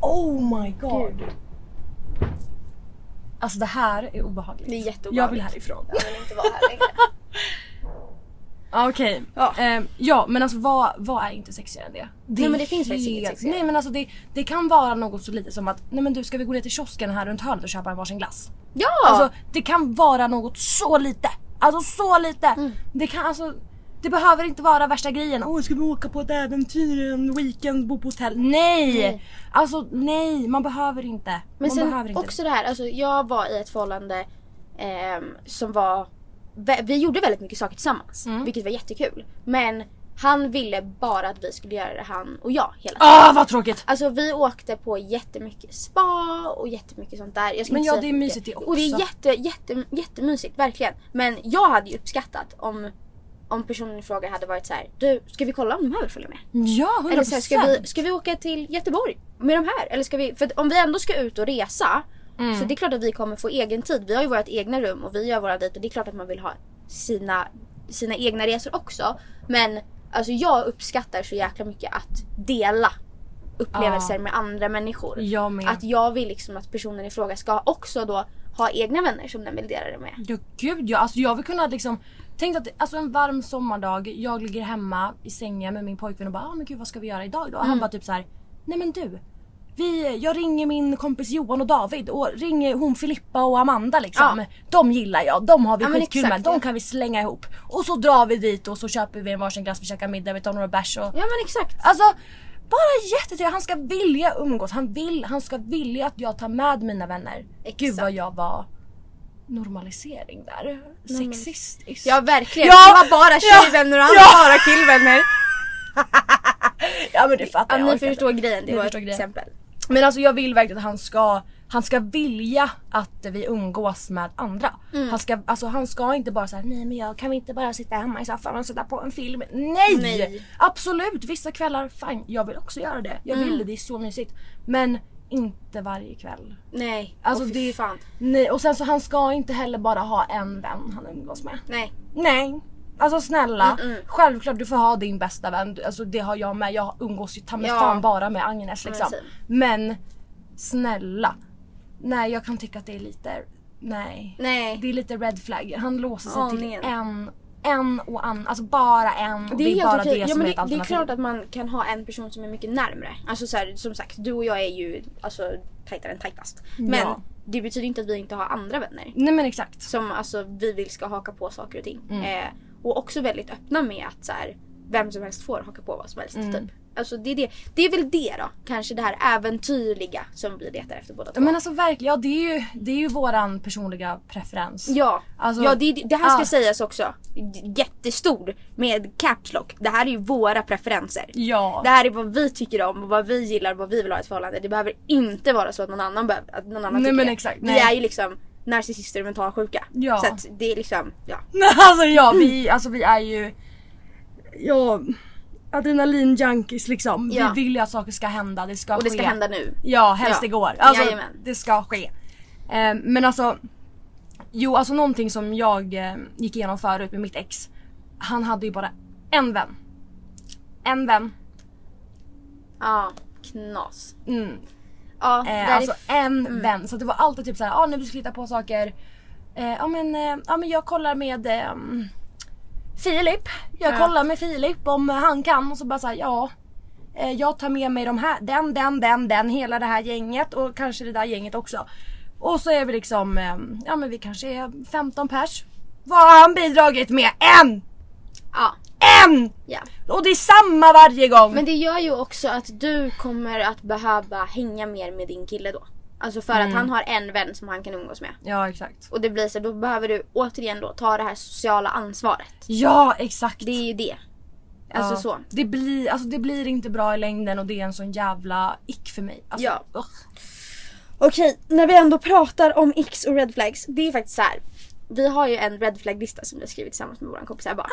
Oh my god. Alltså det här är obehagligt.
Det är jätteobehagligt.
Jag vill härifrån.
Jag vill inte vara här längre.
Ja, Okej.
Ja.
Ehm, ja men alltså vad, vad är inte sexigare än det? det
Nej,
är
men det finns faktiskt
helt-
inget sexigare.
Nej men alltså det, det kan vara något så litet som att nej men du ska vi gå ner till kiosken här runt hörnet och köpa en varsin glass.
Ja!
Alltså det kan vara något så lite. Alltså så lite. Det kan alltså det behöver inte vara värsta grejen. Åh ska vi åka på ett äventyr en weekend, bo på hotell. Nej! Alltså nej, man behöver inte.
Men
man behöver
sen
inte.
också det här, alltså jag var i ett förhållande ehm, som var... vä- Vi gjorde väldigt mycket saker tillsammans,
Mm.
vilket var jättekul. Men han ville bara att vi skulle göra det han och jag hela tiden.
Ah vad tråkigt!
Alltså vi åkte på jättemycket spa och jättemycket sånt där. Jag ska
Men
inte
ja,
säga
det är
för mycket.
mysigt det
Och det är
också.
jätte, jätte, jättemysigt, verkligen. Men jag hade ju uppskattat om, om personen i fråga hade varit så här: du ska vi kolla om de här vill följa med?
Ja 100%.
Eller så här, ska, vi, ska vi åka till Göteborg med de här? Eller ska vi, för att om vi ändå ska ut och resa så
Mm.
det är klart att vi kommer få egen tid. Vi har ju vårt egna rum och vi gör våra dejter. Det är klart att man vill ha sina, sina egna resor också. Men alltså, jag uppskattar så jäkla mycket att dela upplevelser med andra människor.
Ah. Jag med.
Att jag vill liksom att personen i fråga ska också då ha egna vänner som den vill dela det med.
Ja gud ja, alltså jag vill kunna liksom Tänk att alltså en varm sommardag, jag ligger hemma i sängen med min pojkvän och bara ah, men gud vad ska vi göra idag då? Och
Mm.
Han bara typ så här, nej men du. Vi, jag ringer min kompis Johan och David och ringer hon Filippa och Amanda liksom.
Ja.
De gillar jag, de har vi
Ja, men
skitkul med,
exakt, ja.
de kan vi slänga ihop. Och så drar vi dit och så köper vi en varsin glass, vi käkar middag, vi tar några bärs och
Ja men exakt.
Alltså bara jättetrevligt. Han ska vilja umgås. Han, vill, han ska vilja att jag tar med mina vänner.
Exakt.
Gud vad jag var normalisering där. Sexistisk.
Ja verkligen.
Ja!
Du har bara
Ja!
tjejvänner och han
Ja!
har bara killvänner.
ja men du fattar.
Ja,
jag
ni
orkar inte.
förstår grejen, det
Ni
var ett
förstår grejen.
exempel.
Men alltså jag vill verkligen att han ska han ska vilja att vi umgås med andra. Han, ska, alltså han ska inte bara säga nej men jag kan vi inte bara sitta hemma i soffan och sätta på en film. Nej!
Nej.
Absolut vissa kvällar, fine jag vill också göra det. Jag vill det, det är så mysigt. Men inte varje kväll.
Nej,
Alltså
åh, fy
det,
fan.
Nej, och sen så han ska inte heller bara ha en vän han umgås med.
Nej.
Nej. Alltså snälla,
Mm,
självklart du får ha din bästa vän, Du- alltså det har jag med. Jag umgås ju ta mig
Ja. typ.
fan bara med Agnes liksom.
precis.
Men snälla. Nej jag kan tycka att det är lite, nej.
Nej.
Det är lite red flag. Han låser sig
Aningen.
till en, en och en, alltså bara en. Och det är, bara
okej.
det
ja,
som
men
är ett
det, det är
alternativ.
klart att man kan ha en person som är mycket närmre. Alltså så här, som sagt, du och jag är ju alltså, tajtare än tajtast. Men
Ja.
det betyder inte att vi inte har andra vänner.
Nej men exakt.
Som alltså, vi vill ska haka på saker och ting.
Mm.
Eh, och också väldigt öppna med att så här, vem som helst får haka på vad som
Mm.
helst. Typ. Alltså, det, är det. det är väl det då, kanske det här äventyrliga som vi letar efter båda två.
Ja, Men alltså verkligen, ja det är ju, det är ju våran personliga preferens.
Ja,
Alltså-
ja det, det här ska
Ah.
sägas också. J- Jättestor med caps lock. Det här är ju våra preferenser.
Ja.
Det här är vad vi tycker om och vad vi gillar och vad vi vill ha i ett förhållande. Det behöver inte vara så att någon annan, behöver, att någon annan
Nej,
tycker
men
det.
exakt,
Vi
nej.
är ju liksom narcissister och mentalsjuka.
Ja.
Så att det är liksom, ja.
Nej, alltså ja, vi, alltså, vi är ju... Ja, adrenalin-junkies liksom.
Ja.
Vi vill ju att saker ska hända, det ska
Och det ska
ske.
hända nu.
Ja, helst
Ja.
igår. Alltså,
Jajamän.
det ska ske. Eh, men alltså, Jo, alltså någonting som jag eh, gick igenom förut med mitt ex. Han hade ju bara en vän. En vän.
Ja, knas.
Mm.
Ja, där
Eh, alltså en vän. Så det var alltid typ såhär, ja ah, när vi skulle hitta på saker. Eh, Ja men, eh, ja, men jag kollar med ehm, Filip. Jag kollar med Filip om han kan och så bara såhär, ja. Eh, jag tar med mig de här, den, den, den, den, hela det här gänget och kanske det där gänget också. Och så är vi liksom, ehm, ja men vi kanske är 15 pers. Vad har han bidragit med? En!
ja,
En!
ja.
Och det är samma varje gång!
Men det gör ju också att du kommer att behöva hänga mer med din kille då. Alltså för att han har en vän som han kan umgås med.
Ja exakt.
Och det blir så, då behöver du återigen då ta det här sociala ansvaret.
Ja exakt!
Det är ju det. Alltså
Ja.
så.
Det blir, alltså det blir inte bra i längden och det är en sån jävla ick för mig. Alltså,
Ja.
ugh.
Okej, när vi ändå pratar om X och red flags. Det är faktiskt så här. Vi har ju en red flag lista som vi har skrivit tillsammans med våran kompis här bara.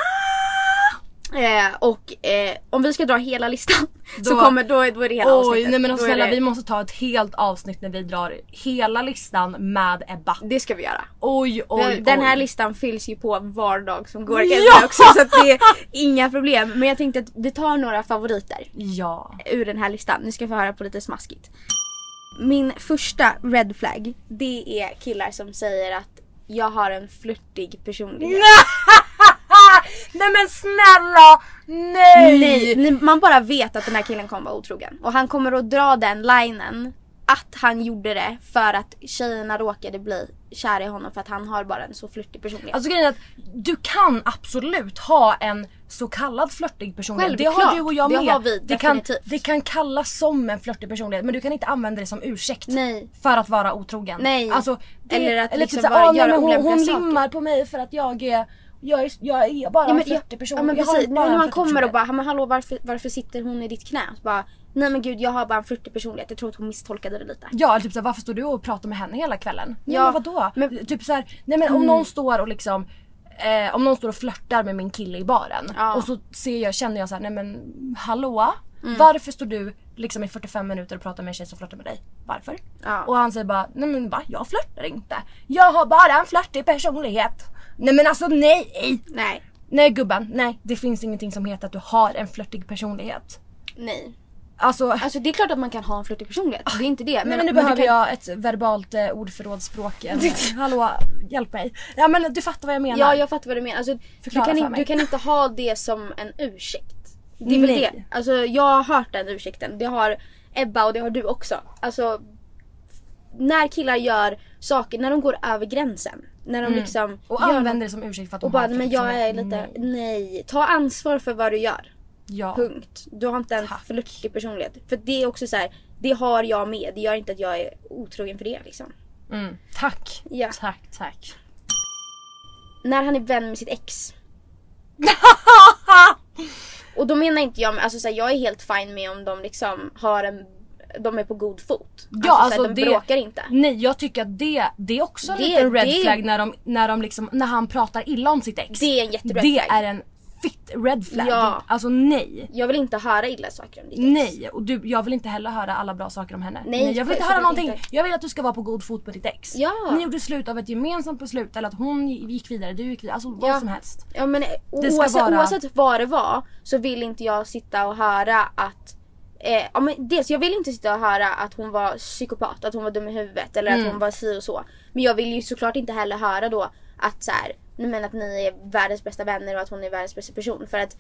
Eh, och eh, om vi ska dra hela listan så
Då-
kommer då, då är det hela
Oj,
avsnittet.
nej men alltså,
Då är
snälla
det,
vi måste ta ett helt avsnitt när vi drar hela listan med Ebba.
det ska vi göra.
Oj, oj,
Den
oj.
här listan fylls ju på var dag som går
Ja!
ja! också så att det är inga problem. Men jag tänkte att vi tar några favoriter
Ja.
ur den här listan. Ni ska få höra på lite smaskigt. Min första red flag det är killar som säger att jag har en flörtig personlighet.
Nej men snälla! Nej!
Nej, ni- man bara vet att den här killen kommer vara otrogen. Och han kommer att dra den linen att han gjorde det för att tjejerna råkade bli kär i honom för att han har bara en så flörtig personlighet.
Alltså grejen är att du kan absolut ha en så kallad flörtig personlighet. Det har
Självklart.
du och jag
Det
med.
har vi
det, kan,
definitivt.
det kan kallas som en flörtig personlighet men du kan inte använda det som ursäkt
Nej.
för att vara otrogen.
Nej.
Alltså, det,
Eller att
eller
liksom
typ så här,
bara
"Ah, nej,
göra
men hon,
olämpliga
hon
saker."
limmar på mig för att jag är, jag är, jag är bara en flörtig person.
Ja, men
jag har
precis.
bara en
När man
flörtig
kommer och
personlighet.
bara, men hallå varför, varför sitter hon i ditt knä? Så bara, nej men gud jag har bara en flörtig personlighet. Jag tror att hon misstolkade det lite.
Ja, eller typ såhär, varför står du och pratar med henne hela kvällen? Ja,
Ja,
men vadå?
men- Mm.
typ såhär, nej men om någon står och liksom eh, om någon står och flörtar med min kille i baren
Ja.
och så ser jag, känner jag såhär, nej men hallå?
Mm.
Varför står du liksom i 45 minuter och pratar med en tjej som flörtar med dig? Varför?
Ja.
Och han säger bara, nej men va? Jag flörtar inte. Jag har bara en flörtig personlighet. Nej men alltså nej!
Nej,
Nej gubben, nej. Det finns ingenting som heter att du har en flörtig personlighet.
nej.
Alltså,
Alltså det är klart att man kan ha en flörtig personlighet. Det är inte det.
Ah. Nej men nu
du
behöver
kan-
jag ett verbalt eh, ordförrådsspråk. eh, Hallå, hjälp mig. Ja men du fattar vad jag menar.
Ja jag fattar vad du menar. Alltså, du,
Förklara
kan
för
in,
mig.
du kan inte ha det som en ursäkt. Det är väl
Nej.
det. Alltså, jag har hört den ursäkten. Det har Ebba och det har du också. Alltså, när killar gör saker, när de går över gränsen. När de liksom
Mm. och
gör
använder det som ursäkt för att de
Och bara,
har ett
men jag är lite,
liksom-
nej.
Nej.
Ta ansvar för vad du gör.
Ja.
Punkt. Du har inte en
Tack.
flörtig personlighet. För det är också så här, det har jag med. Det gör inte att jag är otrogen för det liksom.
Mm. Tack.
Ja.
Tack, tack.
När han är vän med sitt ex. Och då menar inte jag, alltså så här, jag är helt fine med om de liksom har en, de är på god fot.
Ja,
så här,
alltså,
de
det-
bråkar inte.
Nej jag tycker att det, det är också en
Det-
liten red
det-
flag när, de, när, de liksom, när han pratar illa om sitt ex.
Det är en jättered
Det
flag.
är en fitt red flag.
Ja.
Alltså nej.
Jag vill inte höra illa saker om ditt ex.
Nej och du, jag vill inte heller höra alla bra saker om henne.
Nej,
jag vill inte
självklart
höra någonting.
inte.
Jag vill att du ska vara på god fot med ditt ex.
Ja.
Ni gjorde slut av ett gemensamt beslut eller att hon gick vidare, du gick vidare, alltså
Ja.
vad som helst.
Ja men eh,
Det ska
oavsett,
vara-
oavsett vad det var så vill inte jag sitta och höra att eh, ja, men dels jag vill inte sitta och höra att hon var psykopat, att hon var dum i huvudet eller
Mm.
att hon var si och så. Men jag vill ju såklart inte heller höra då att så här, nej men att ni är världens bästa vänner och att hon är världens bästa person. För att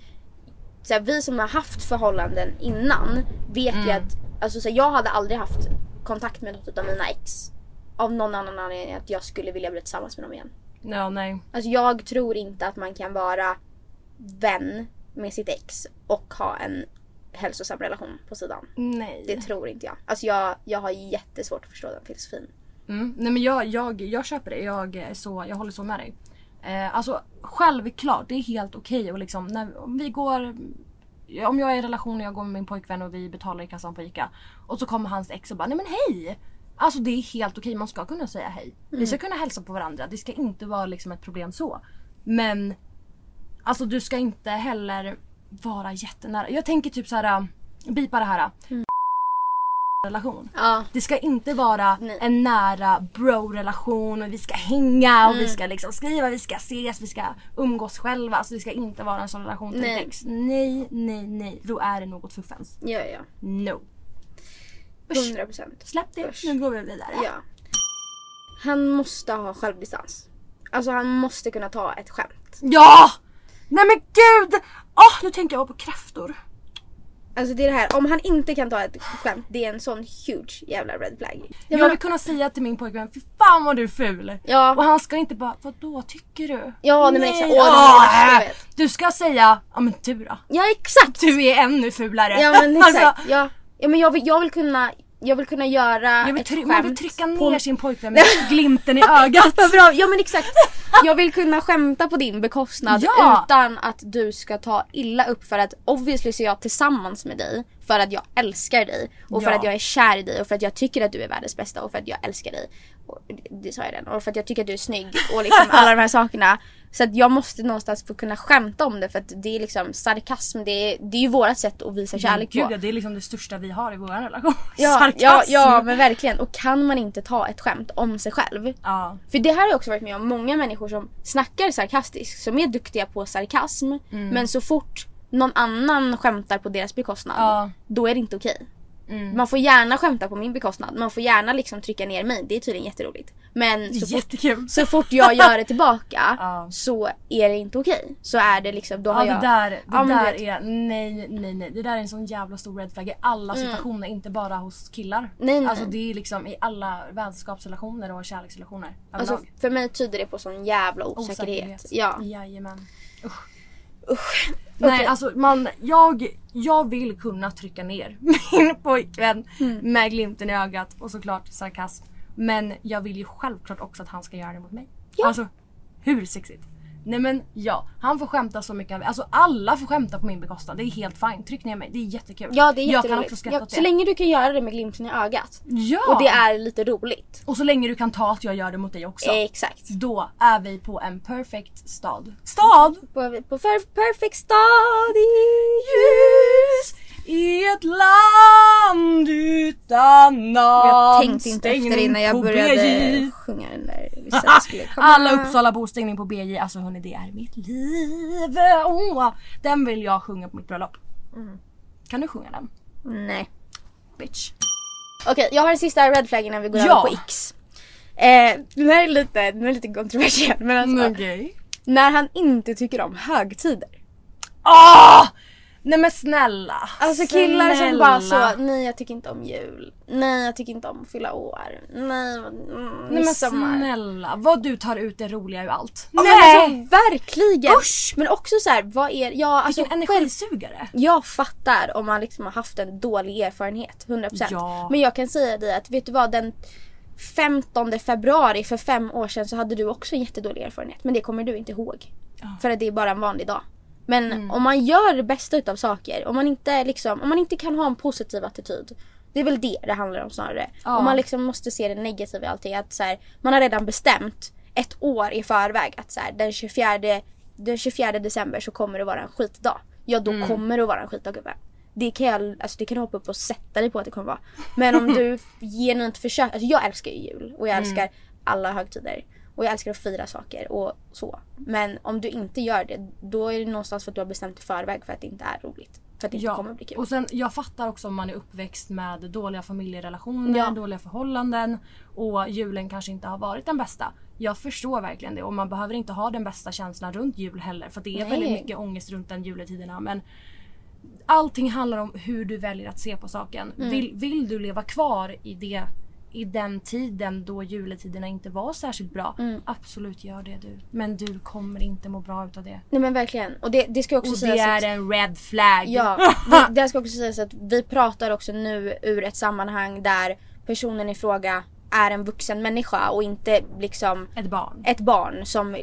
så här, vi som har haft förhållanden innan vet
Mm.
ju att alltså, så här, jag hade aldrig haft kontakt med något av mina ex. Av någon annan anledning än att jag skulle vilja bli tillsammans med dem igen.
Ja nej.
Alltså jag tror inte att man kan vara vän med sitt ex och ha en hälsosam relation på sidan.
Nej.
Det tror inte jag. Alltså jag, jag har jättesvårt att förstå den filosofin.
Mm. Nej men jag, jag, jag köper det, jag, är så, jag håller så med dig. Eh, alltså självklart, det är helt okej och liksom när om vi går om jag är i en relation och jag går med min pojkvän och vi betalar i kassan på ICA och så kommer hans ex och bara nej men hej! Alltså det är helt okej, man ska kunna säga hej. Vi ska kunna hälsa på varandra, det ska inte vara liksom ett problem så. Men alltså du ska inte heller vara jättenära. Jag tänker typ så här. äh, bipa det här. äh. relation.
Ja.
Det ska inte vara
Nej.
en nära bro-relation och vi ska hänga och vi
Mm.
ska liksom skriva, vi ska ses, vi ska umgås själva. Alltså det ska inte vara en sån relation till
Nej.
ett ex. Nej, nej, nej. Då är det något fuffens.
Ja, ja.
No.
100 procent.
Släpp det, nu går vi vidare.
Ja. Han måste ha självdistans. Alltså han måste kunna ta ett skämt.
Ja! Nej men gud! Åh, nu tänker jag på kräftor.
Alltså det är det här, om han inte kan ta ett skämt, det är en sån huge jävla red flag.
Jag vill kunna säga till min pojkvän, fy fan vad du är ful.
Ja.
Och han ska inte bara, vadå tycker du?
Ja, nej, men exakt. Åh, det är
åh,
det värsta jag
äh.
vet.
Du ska säga, ja men du då?
Ja exakt!
Du är ännu fulare.
Ja men exakt.
Alltså,
ja. ja men jag vill, jag vill kunna, jag vill kunna göra
jag vill
ett
try-
skämt.
man vill trycka ner
på-
sin pojkvän med glimten i ögat.
Vad bra, ja men exakt. Jag vill kunna skämta på din bekostnad
Ja.
utan att du ska ta illa upp för att obviously så är jag tillsammans med dig för att jag älskar dig och för
Ja.
att jag är kär i dig och för att jag tycker att du är världens bästa och för att jag älskar dig. Och, det- det sa jag redan. Och för att jag tycker att du är snygg och liksom alla de här sakerna. Så att jag måste någonstans få kunna skämta om det för att det är liksom sarkasm. Det är, det är ju vårat sätt att visa kärlek på.
Gud, ja, det är liksom det största vi har i vår relation.
Ja,
Sarkasm.
ja, ja men verkligen. Och kan man inte ta ett skämt om sig själv.
Ja.
För det här har jag också varit med om. Många människor som snackar sarkastiskt, som är duktiga på sarkasm.
Mm.
Men så fort någon annan skämtar på deras bekostnad,
Ja. Mm.
då är det inte okej. Man får gärna skämta på min bekostnad. Man får gärna liksom trycka ner mig. Det är tydligen jätteroligt. Men så fort,
Jättekul.
så fort jag gör det tillbaka
Ja.
så är det inte okej. Så är det liksom, då har
Ja
jag...
det där, det
Ja, men du
där
vet.
är, nej nej nej. Det där är en sån jävla stor red flag i alla situationer, inte bara hos killar.
Mm. Nej, nej.
Alltså det är liksom i alla vänskapsrelationer och kärleksrelationer.
Alltså,
överlag.
för mig tyder det på sån jävla osäkerhet. Ja.
Jajamän. Usch.
Usch.
Nej
Okej.
alltså man, jag, jag vill kunna trycka ner min pojkvän
Mm.
med glimten i ögat och såklart sarkasm. Men jag vill ju självklart också att han ska göra det mot mig. Alltså hur sexigt? Nej men ja, han får skämta så mycket han vill. Alltså alla får skämta på min bekostnad. Det är helt fint. Tryck ner mig, det är jättekul.
Ja det är
jag
jätteroligt.
kan också skratta
ja,
åt
Så
det.
länge du kan göra det med glimten i ögat.
Ja!
Och det är lite roligt.
och så länge du kan ta att jag gör det mot dig också.
Exakt.
Då är vi på en perfect stad. Stad!
På, på per- perfect studies.
I ett land utan namn
Jag tänkte inte efter
Stängning
innan jag
på
började
BJ.
sjunga den där. Vi sa att det skulle komma.
Alla Uppsalabor stängning på BJ, alltså hörni det är mitt liv. Åh, den vill jag sjunga på mitt bröllop.
Mm.
Kan du sjunga den?
Alltså, Nej.
Bitch.
Okej, jag har en sista red flag innan vi går
Ja.
över på X. Eh, den här är lite, den är lite kontroversiell men alltså.
Okej.
När han inte tycker om högtider.
Åh! Ah! Nej men snälla.
Alltså killar som bara
Snälla.
så, nej jag tycker inte om jul. Nej jag tycker inte om att fylla år. Nej, mm,
Nej men
midsommar.
snälla, vad du tar ut det roliga ur allt.
Ja, men Alltså, verkligen!
Usch!
Men också så här, vad är ja, alltså,
Vilken
själv-
energisugare.
Jag fattar om man liksom har haft en dålig erfarenhet, 100%.
Ja.
Men jag kan säga dig att vet du vad, den 15 februari för fem år sedan så hade du också en jättedålig erfarenhet. Men det kommer du inte ihåg. För att det är bara en vanlig dag. Men
Mm.
om man gör det bästa utav saker, om man, inte liksom, om man inte kan ha en positiv attityd. Det är väl det det handlar om snarare.
Ja.
Om man liksom måste se det negativa i allting. Att så här, man har redan bestämt ett år i förväg att så här, den, 24, den 24 december så kommer det vara en skitdag. Ja då
Mm.
kommer det vara en skitdag gubben. Det kan, jag, alltså det kan du hoppa upp och sätta dig på att det kommer vara. Men om du genuint försöker. Alltså jag älskar ju jul och jag
Mm.
älskar alla högtider. Och jag älskar att fira saker och så. Men om du inte gör det då är det någonstans för att du har bestämt i förväg för att det inte är roligt. För att det inte kommer bli kul.
Och sen, jag fattar också om man är uppväxt med dåliga familjerelationer,
Ja.
dåliga förhållanden och julen kanske inte har varit den bästa. Jag förstår verkligen det och man behöver inte ha den bästa känslan runt jul heller för att det är
Nej.
väldigt mycket ångest runt den juletiderna. Men allting handlar om hur du väljer att se på saken.
Mm.
Vill, vill du leva kvar i det i den tiden då juletiderna inte var särskilt bra.
Mm.
Absolut gör det du. Men du kommer inte må bra utav det.
Nej men verkligen. Och det, det ska också
Och
sägas
det
att-
är en red flag.
Ja, det, det ska också sägas att vi pratar också nu ur ett sammanhang där personen i fråga är en vuxen människa och inte liksom
Ett barn.
ett barn som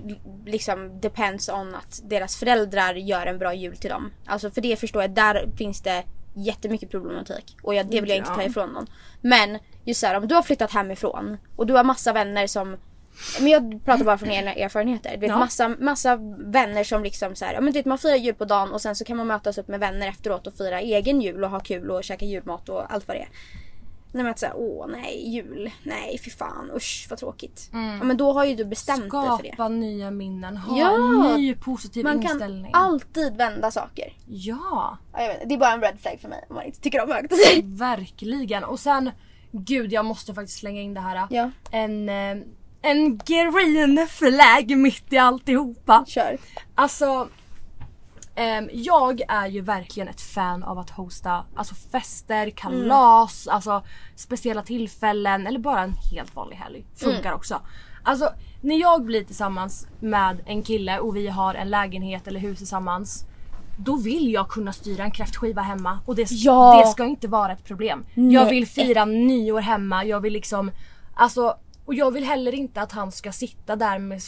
liksom depends on att deras föräldrar gör en bra jul till dem. Alltså för det förstår jag, där finns det jättemycket problematik och jag, det vill jag inte ta ifrån någon. Men just så här, om du har flyttat hemifrån och du har massa vänner som men jag pratar bara från egna erfarenheter. Du vet,
Ja.
massa, massa vänner som liksom så här, ja, men du vet, man firar jul på dagen och sen så kan man mötas upp med vänner efteråt och fira egen jul och ha kul och käka julmat och allt vad det är. Nej men att säga åh nej, jul, nej fy fan, usch vad tråkigt.
Mm.
Ja, men då har ju du bestämt dig för det.
Skapa nya minnen, ha
Ja.
en ny positiv
Man kan
inställning.
alltid vända saker.
Ja,
Ja, jag vet, inte, det är bara en red flag för mig om man inte tycker om högtider.
verkligen. Och sen, gud jag måste faktiskt slänga in det här.
Ja.
En, eh, en green flag mitt i alltihopa.
Kör.
Alltså, ehm, jag är ju verkligen ett fan av att hosta alltså fester, kalas, alltså speciella tillfällen eller bara en helt vanlig helg. Funkar också. Alltså när jag blir tillsammans med en kille och vi har en lägenhet eller hus tillsammans då vill jag kunna styra en kräftskiva hemma och det,
Ja.
det ska inte vara ett problem. Jag vill fira nyår hemma, jag vill liksom Alltså, och jag vill heller inte att han ska sitta där med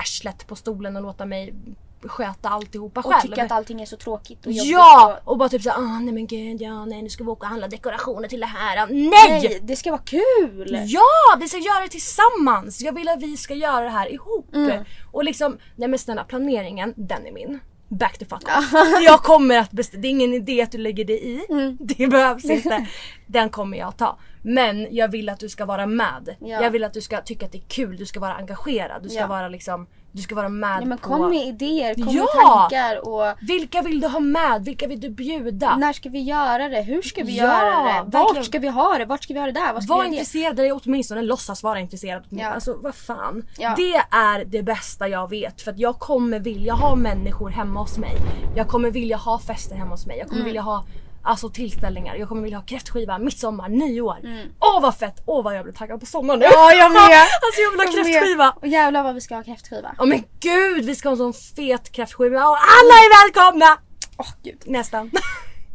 ärslet på stolen och låta mig sköta alltihopa
Och
själv.
tycka att allting är så tråkigt och jobbigt.
Ja! Och bara typ såhär, ah, nej men gud, ja, nej nu ska vi åka och handla dekorationer till det här. Ah,
Och,
Nej!
nej, det ska vara kul!
Ja! Vi ska göra det tillsammans! Jag vill att vi ska göra det här ihop.
Mm.
Och liksom, nej men snälla planeringen, den är min. Back the fuck off. Jag kommer att bestämma, det är ingen idé att du lägger dig i.
Mm.
Det behövs inte. Den kommer jag ta. Men jag vill att du ska vara med.
Ja.
Jag vill att du ska tycka att det är kul, du ska vara engagerad, du ska
Ja.
vara liksom, du ska vara med
Ja, men
på...
kom med idéer, kom med
Ja!
tankar och
Vilka vill du ha med? Vilka vill du bjuda?
när ska vi göra det? Hur ska vi
Ja,
göra det? Vart
verkligen.
ska vi ha det? Vart ska vi ha det där? Vad ska
Var
vi göra det?
intresserad eller åtminstone låtsas vara intresserad.
Ja.
Alltså vad fan.
Ja.
Det är det bästa jag vet för att jag kommer vilja ha människor hemma hos mig. Jag kommer vilja ha fester hemma hos mig. Jag kommer
Mm.
vilja ha alltså, tillställningar. Jag kommer vilja ha kräftskiva, midsommar, nyår. Åh vad fett! Åh vad jag blir taggad på sommaren nu.
Mm. Ja, jag med.
alltså jag vill ha
Jag med.
kräftskiva.
Och jävlar vad vi ska ha kräftskiva.
Ja men gud vi ska ha en sån fet kräftskiva och alla är välkomna!
Åh gud.
Nästan.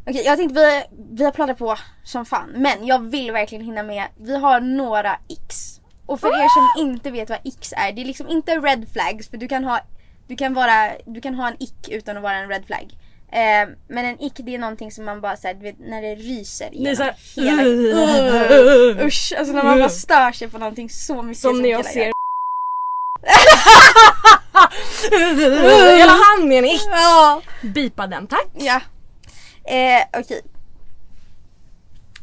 Okej jag tänkte vi, vi har planer på som fan men jag vill verkligen hinna med. Vi har några X. Och för er som inte vet vad X är, det är liksom inte red flags för du kan ha, du kan vara, du kan ha en ick utan att vara en red flag. Eh, men en ick det är någonting som man bara såhär, du vet när det ryser
Det är
igenom
så här,
hela
Ugh.
Usch, alltså när man bara stör sig på någonting så mycket
Som när jag
killar
ser
gör.
Hela han menar ick.
Ja,
Bipa den tack.
ja. Eh, okej.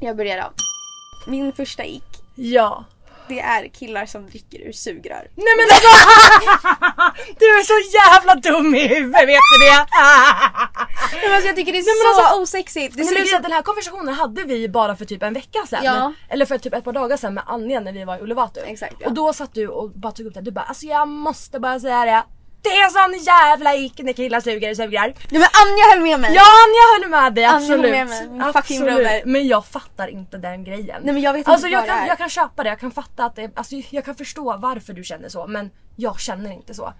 Jag börjar av. Min första ick,
Ja.
det är killar som dricker ur sugrör.
Nej men alltså! Du är så jävla dum i huvudet, vet du det?
Men alltså, jag tycker det är
men
så
alltså-
osexigt. Det
Nej,
ser
men
ut
liksom,
som...
den här konversationen hade vi bara för typ en vecka sedan.
Ja.
Eller för typ ett par dagar sedan med Anja när vi var i Ulevatu.
Exakt, ja.
Och då satt du och bara tog upp det här. du bara alltså jag måste bara säga det. Det är sån jävla ick när killar suger och suger.
Nej men Anja höll med mig.
Ja jag håller med dig
Anja
absolut.
håller med mig, min fucking
Absolut.
brother.
Men jag fattar inte den grejen.
Nej, men jag vet inte
alltså, jag
vad det
kan,
är.
jag kan köpa det, jag kan fatta att det, alltså, jag kan förstå varför du känner så men jag känner inte så.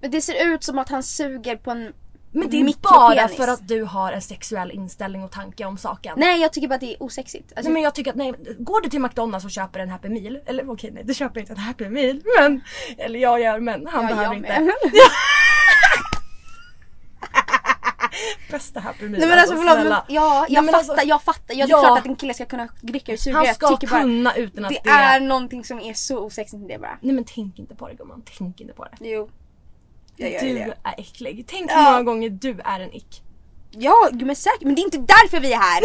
Men det ser ut som att han suger på en
Men det är
mikropenis.
bara för att du har en sexuell inställning och tanke om saken. Nej.
Nej jag tycker bara att det är osexigt. Alltså,
men jag tycker att nej, går du till McDonalds och köper en Happy Meal, eller okej nej du köper inte en Happy Meal men, eller jag gör men han
Ja, jag
behöver
med.
inte. Bästa Happy Meal
Nej men alltså förlåt men,
snälla.
ja
Nej,
jag
men
fattar,
alltså,
jag fattar. Jag,
Ja.
Det är klart att en kille ska kunna dricka ur sugrör.
Han
Jag
ska
tycker bara-
kunna utan att
Det är någonting som är så osexigt med det bara.
Nej men tänk inte på det gumman, tänk inte på det.
Jo. Jag gör
Du
det.
är äcklig. Tänk hur
Ja.
många gånger du är en ick.
Ja, men säkert. Men det är inte därför vi är här!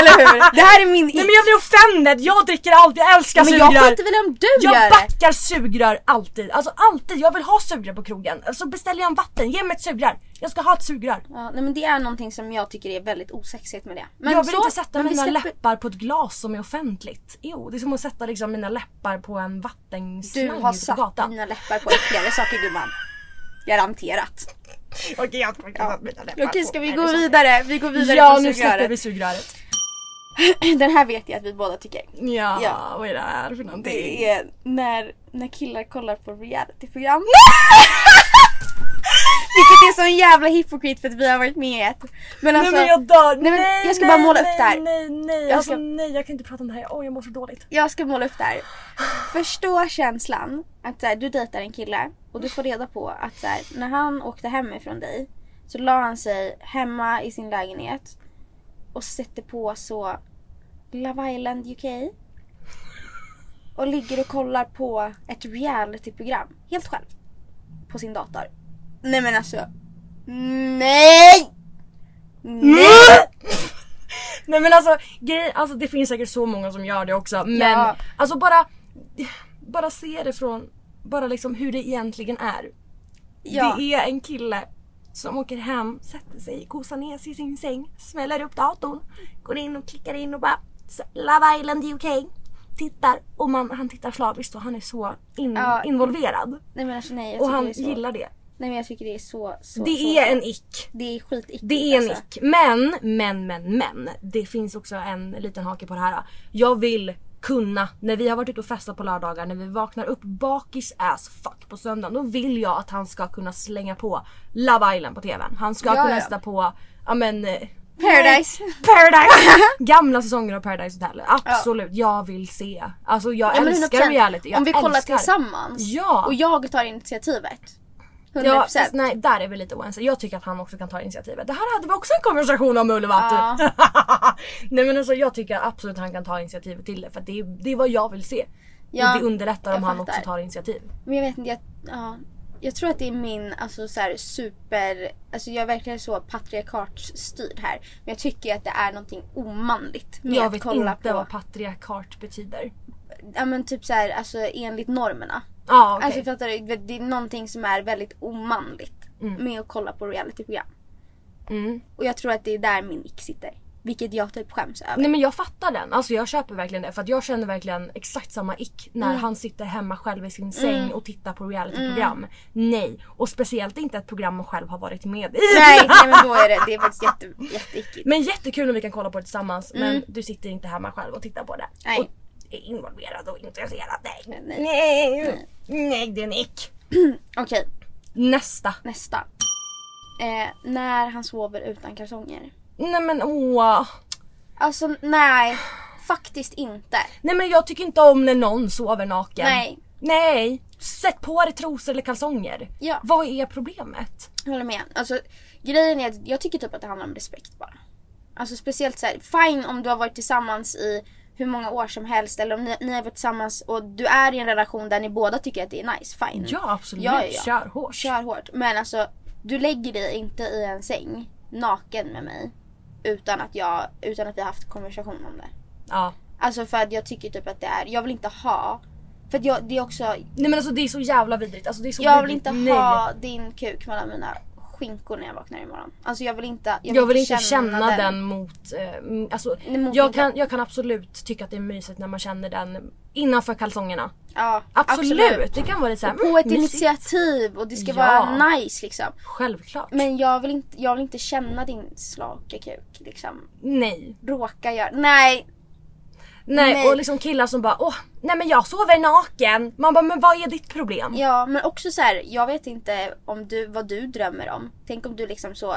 Eller hur? Det här är min
Nej men jag blir offended, jag dricker allt, jag älskar
Men
sugrör.
jag skiter väl om du gör
Jag
det!
backar sugrör alltid, alltså alltid. Jag vill ha sugrör på krogen. Så beställer jag en vatten, ge mig ett sugrör. Jag ska ha ett sugrör.
Ja, nej men det är någonting som jag tycker är väldigt osexigt med det. Men
jag vill
så,
inte sätta
men vi
mina
släpper-
läppar på ett glas som är offentligt. Jo, det är som att sätta liksom mina läppar på en vattenslang
Du har
ute på
satt
gatan.
dina läppar på äckligare saker gumman. Garanterat.
Okej, jag ska ja. mina läppar
Okej
på
ska vi
en
gå
sån-
vidare? Vi går vidare
Ja,
på
nu släpper
sugröret.
vi sugröret.
Den här vet jag att vi båda tycker.
Ja,
Ja.
vad är det här för någonting?
Det är när, när killar kollar på realityprogram. Vilket är sån jävla hypokrit för att vi har varit med i ett. Men alltså,
nej men jag dör!
nej, men
nej,
jag ska
nej,
bara måla upp
nej,
det här.
Nej nej
Jag
jag alltså,
ska-
nej jag kan inte prata om det här, åh jag mår så dåligt.
jag ska måla upp det här. Förstå känslan att så här, du dejtar en kille och du får reda på att så här, när han åkte hemifrån dig så la han sig hemma i sin lägenhet och sätter på så Love Island UK och ligger och kollar på ett realityprogram helt själv på sin dator. Nej
Mm!
men alltså. Nej! Nej!
Nej men alltså, grej, alltså det finns säkert så många som gör det också men
Ja.
alltså bara, bara se det från, bara liksom hur det egentligen är.
Ja.
Det är en kille som åker hem, sätter sig, gosar ner sig i sin säng, smäller upp datorn, går in och klickar in och bara "Så, Love Island UK. Tittar och man, han tittar slaviskt och han är så in,
Ja.
involverad.
Nej men alltså nej jag
Och
tycker
han
det är så.
gillar det.
Nej men jag tycker det är så, så så,
Det är
så.
en ick.
Det är skitäckligt
Det är en
alltså.
ick. Men, men, men, men. Det finns också en liten hake på det här. Jag vill kunna, när vi har varit ute och festat på lördagar, när vi vaknar upp bakis as fuck på söndagen. Då vill jag att han ska kunna slänga på Love Island på TVn. Han ska
Ja,
kunna
ja.
sätta på, ja men eh,
Paradise.
Paradise! Gamla säsonger av Paradise Hotel. Absolut, jag vill se. Alltså jag
Ja, men
älskar
100%.
reality. Jag
Om vi kollar
älskar.
tillsammans
Ja.
och jag tar initiativet. 100%.
Ja, fast nej, där är vi lite oense. Jag tycker att han också kan ta initiativet. Det här hade vi också en konversation om Ulf att du- Nej men alltså jag tycker absolut att han kan ta initiativet till det för att det, är- det är vad jag vill se.
Ja,
och det underlättar om
jag
han
fattar.
också tar initiativ.
Men jag vet inte, jag, ja, jag tror att det är min alltså, så här, super... Alltså, jag är verkligen så patriarkatstyrd här. Men jag tycker att det är någonting omanligt med
jag
att
vet
kolla
inte
på...
vad patriarkat betyder.
Ja men typ så här, alltså enligt normerna.
Ja okej.
Alltså fattar du? Det- Det är någonting som är väldigt omanligt med att kolla på realityprogram.
Mm.
Och jag tror att det är där min ick sitter. Vilket jag typ skäms över.
Nej men jag fattar den. Alltså jag köper verkligen det för att jag känner verkligen exakt samma ick när
Mm.
han sitter hemma själv i sin säng och tittar på realityprogram.
Mm.
Nej. Och speciellt inte ett program man själv har varit med i.
Nej, nej men då är det, det är faktiskt jätte, jätteickigt.
Men jättekul om vi kan kolla på det tillsammans men du sitter inte hemma själv och tittar på det.
Mm. Nej.
Och är involverad och intresserad. Nej.
Nej.
Nej. Nej det är en ick.
Okej,
Nästa.
nästa. Eh, när han sover utan kalsonger.
Nej men åh.
Alltså nej, faktiskt inte.
Nej men jag tycker inte om när någon sover naken.
Nej,
Nej. Sätt på dig trosor eller kalsonger.
Ja.
Vad är problemet?
jag håller med. Alltså, grejen är att jag tycker typ att det handlar om respekt bara. Alltså speciellt så här, fine om du har varit tillsammans i hur många år som helst eller om ni, ni har varit tillsammans och du är i en relation där ni båda tycker att det är nice, fine.
Ja absolut.
Mm. Ja, ja, ja.
Kör hårt.
Kör hårt. Men alltså, du lägger dig inte i en säng naken med mig utan att, jag, utan att vi har haft konversation om det.
Ja.
Alltså för att jag tycker typ att det är, jag vill inte ha, för att jag, det är också,
Nej men alltså det är så jävla vidrigt. Alltså, det är så
jag vill
vidrigt.
inte
Nej.
ha din kuk mellan mina skinkor när jag vaknar imorgon. Alltså jag vill inte,
Jag vill inte känna, den. mot... Eh, m- alltså,
Nej, mot min
jag, kan,
kropp.
jag kan absolut tycka att det är mysigt när man känner den innanför kalsongerna.
Ja,
Absolut! Det kan vara lite mm, såhär...
På ett initiativ och det ska
Ja.
vara nice liksom.
Självklart.
Men jag vill inte, jag vill inte känna din slaka kuk liksom.
Nej.
Råka göra, nej
Mm. nej.
Nej.
och liksom killar som bara åh, nej men jag sover naken. Man bara men vad är ditt problem?
Ja, men också så här, jag vet inte om du, vad du drömmer om. Tänk om du liksom så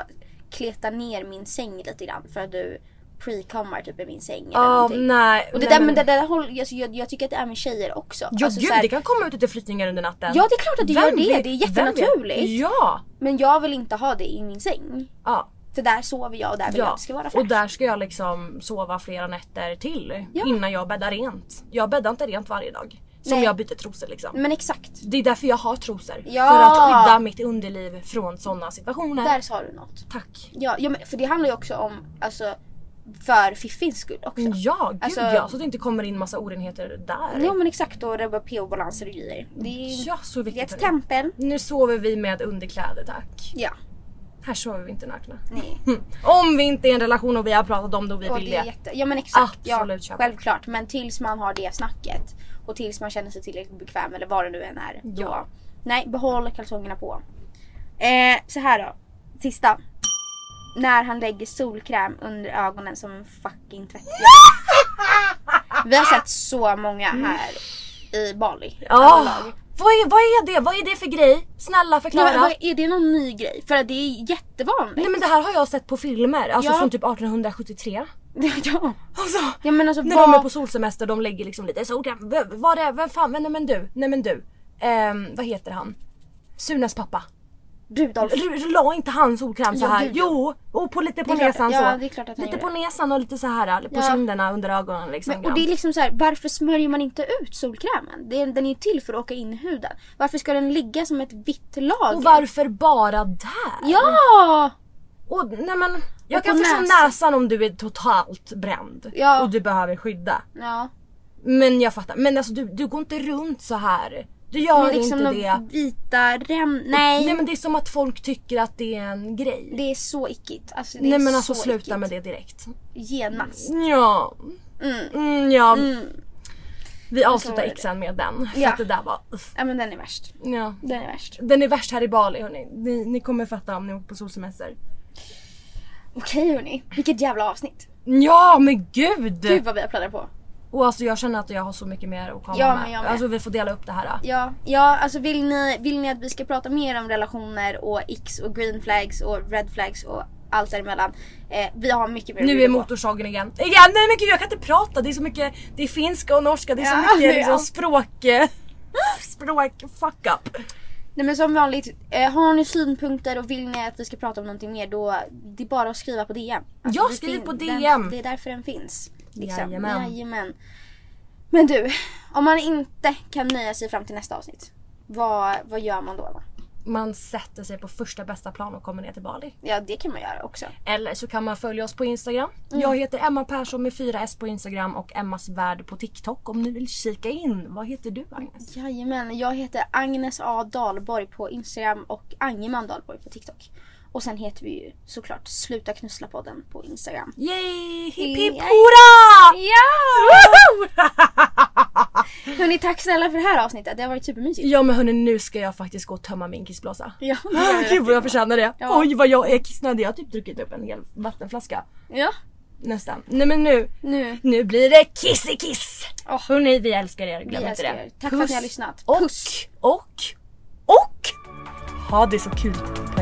kletar ner min säng lite grann för att du pre-commar typ i min säng eller
Ja,
någonting.
nej.
Och det
nej,
där, men det där håller, alltså, jag, jag tycker att det är med tjejer också.
Ja
alltså,
gud
så här,
det kan komma ut lite flytningar under natten.
Ja, det är klart att det
Vem
gör det.
vet-
Det är
vem vet?
jättenaturligt.
Ja!
Men jag vill inte ha det i min säng.
ja.
För där sover jag och där vill jag
Ja,
att det ska vara
och
fräscht.
där ska jag liksom sova flera nätter till innan jag bäddar rent. Jag bäddar inte rent varje dag. Som
Nej.
jag byter trosor liksom.
Men exakt,
Det är därför jag har trosor.
Ja.
För att skydda mitt underliv från sådana situationer.
där sa du något.
Tack.
Ja, ja men, för det handlar ju också om, alltså för fiffins skull också.
Ja, gud
Alltså-
ja. Så att det inte kommer in massa orenheter där.
Ja men exakt, och det var pH-balanser och grejer. Det är,
Ja, så
det är
viktigt.
ett
hörni.
tempel.
Nu sover vi med underkläder tack.
Ja.
Här sover vi inte nakna. Hm.
Nej.
Om vi inte är i en relation och vi har pratat om det och vi
Och
vill
det är
det.
jätte... Ja men exakt.
Absolut,
ja,
köp.
självklart. Men tills man har det snacket och tills man känner sig tillräckligt bekväm eller vad det nu än är. Då,
Ja.
Nej, behåll kalsongerna på. Eh, så här då. Sista. När han lägger solkräm under ögonen som en fucking tvättbjörn. Vi har sett så många
Mm.
här i Bali.
Ja.
överlag.
Ah! Vad, är, vad är det? Vad är det för grej? Snälla
Nej,
förklara.
men vad- Är det någon ny grej? För att det är jättevanligt.
Nej men det här har jag sett på filmer, alltså
Ja.
från typ 1873.
ja.
Alltså,
ja men alltså
när
vad...
de är på solsemester de lägger liksom lite solkräm. V- Vad är det? Vem fan? Men, nej men du, nej men du. Ehm, vad heter han? Sunes pappa.
Rudolf.
R- la inte han solkräm så
Jo,
här?
gud, ja.
Jo! Och på lite på
Det är klart-
näsan
ja,
så.
det är klart att han
lite
gjorde
på näsan och lite så här på
Ja.
kinderna under ögonen liksom.
Men, och det är liksom så här, varför smörjer man inte ut solkrämen? Det är, den är ju till för att åka in i huden. Varför ska den ligga som ett vitt lager?
Och varför bara där?
Ja!
Och nej men Jag
Och
kan
på
förstå
näsan.
näsan om du är totalt bränd
Ja.
och du behöver skydda.
Ja.
Men jag fattar. Men alltså du, du går inte runt så här. Du gör
Men liksom
inte
de
det.
vita rem... Nej.
Nej men det är som att folk tycker att det är en grej.
Det är så ickigt. Alltså, det
Nej
är
men alltså
så
sluta
ickigt.
med det direkt.
Genast.
Ja.
Mm.
Mm, ja. Vi avslutar
var det.
xen med den. För
Ja.
att det där var... uff,
Ja men den är värst.
Ja.
Den är värst.
Den är värst här i Bali hörni. Ni, ni kommer fatta om ni åker på solsemester.
Okej hörni, vilket jävla avsnitt.
Ja men gud!
Gud vad vi har planerat på.
Och alltså jag känner att jag har så mycket mer att komma
Ja,
med.
men jag med.
Alltså vi får dela upp det här.
Ja, ja alltså vill ni, vill ni att vi ska prata mer om relationer och X och green flags och red flags och allt däremellan. Eh, vi har mycket mer att
Nu är
bjuda på.
motorsågen igen. Igen! Nej men gud jag kan inte prata. Det är så mycket. Det är finska och norska. Det är så
Ja,
mycket
ja.
liksom, språk... eh, Språk fuck up.
Nej men som vanligt, eh, har ni synpunkter och vill ni att vi ska prata om någonting mer då det är bara att skriva på DM.
Ja,
det
skriv på
den-
DM.
det är därför den finns. Liksom.
Jajamän.
Jajamän. Men du, om man inte kan nöja sig fram till nästa avsnitt. Vad, vad gör man då? va?
Man sätter sig på första bästa plan och kommer ner till Bali.
Ja det kan man göra också.
Eller så kan man följa oss på Instagram. Jag heter Emma Persson med 4S på Instagram och Emmas värld på TikTok om ni vill kika in. Vad heter du Agnes?
Jajamän, jag heter Agnes A Dahlborg på Instagram och Angeman Dahlborg på TikTok. Och sen heter vi ju såklart Sluta knussla podden på Instagram.
Yay! Hipp hipp
Yay.
hurra!
Ja! Hörni, tack snälla för det här avsnittet. Det har varit supermysigt.
Ja men hörni nu ska jag faktiskt gå och tömma min kissblåsa.
Ja, det
Ah,
gör vi
Gud vad jag
rätt i.
förtjänar det.
Ja.
Oj vad jag är kissnödig. Jag har typ druckit upp en hel vattenflaska.
Ja,
Nästan. Nej men nu.
nu.
Nu blir det kiss i kiss!
Åh.
Hörni vi älskar er. Glöm inte
Vi älskar
det.
er. Tack för att ni
Puss
har lyssnat.
Och,
Puss.
och, och ha det så kul på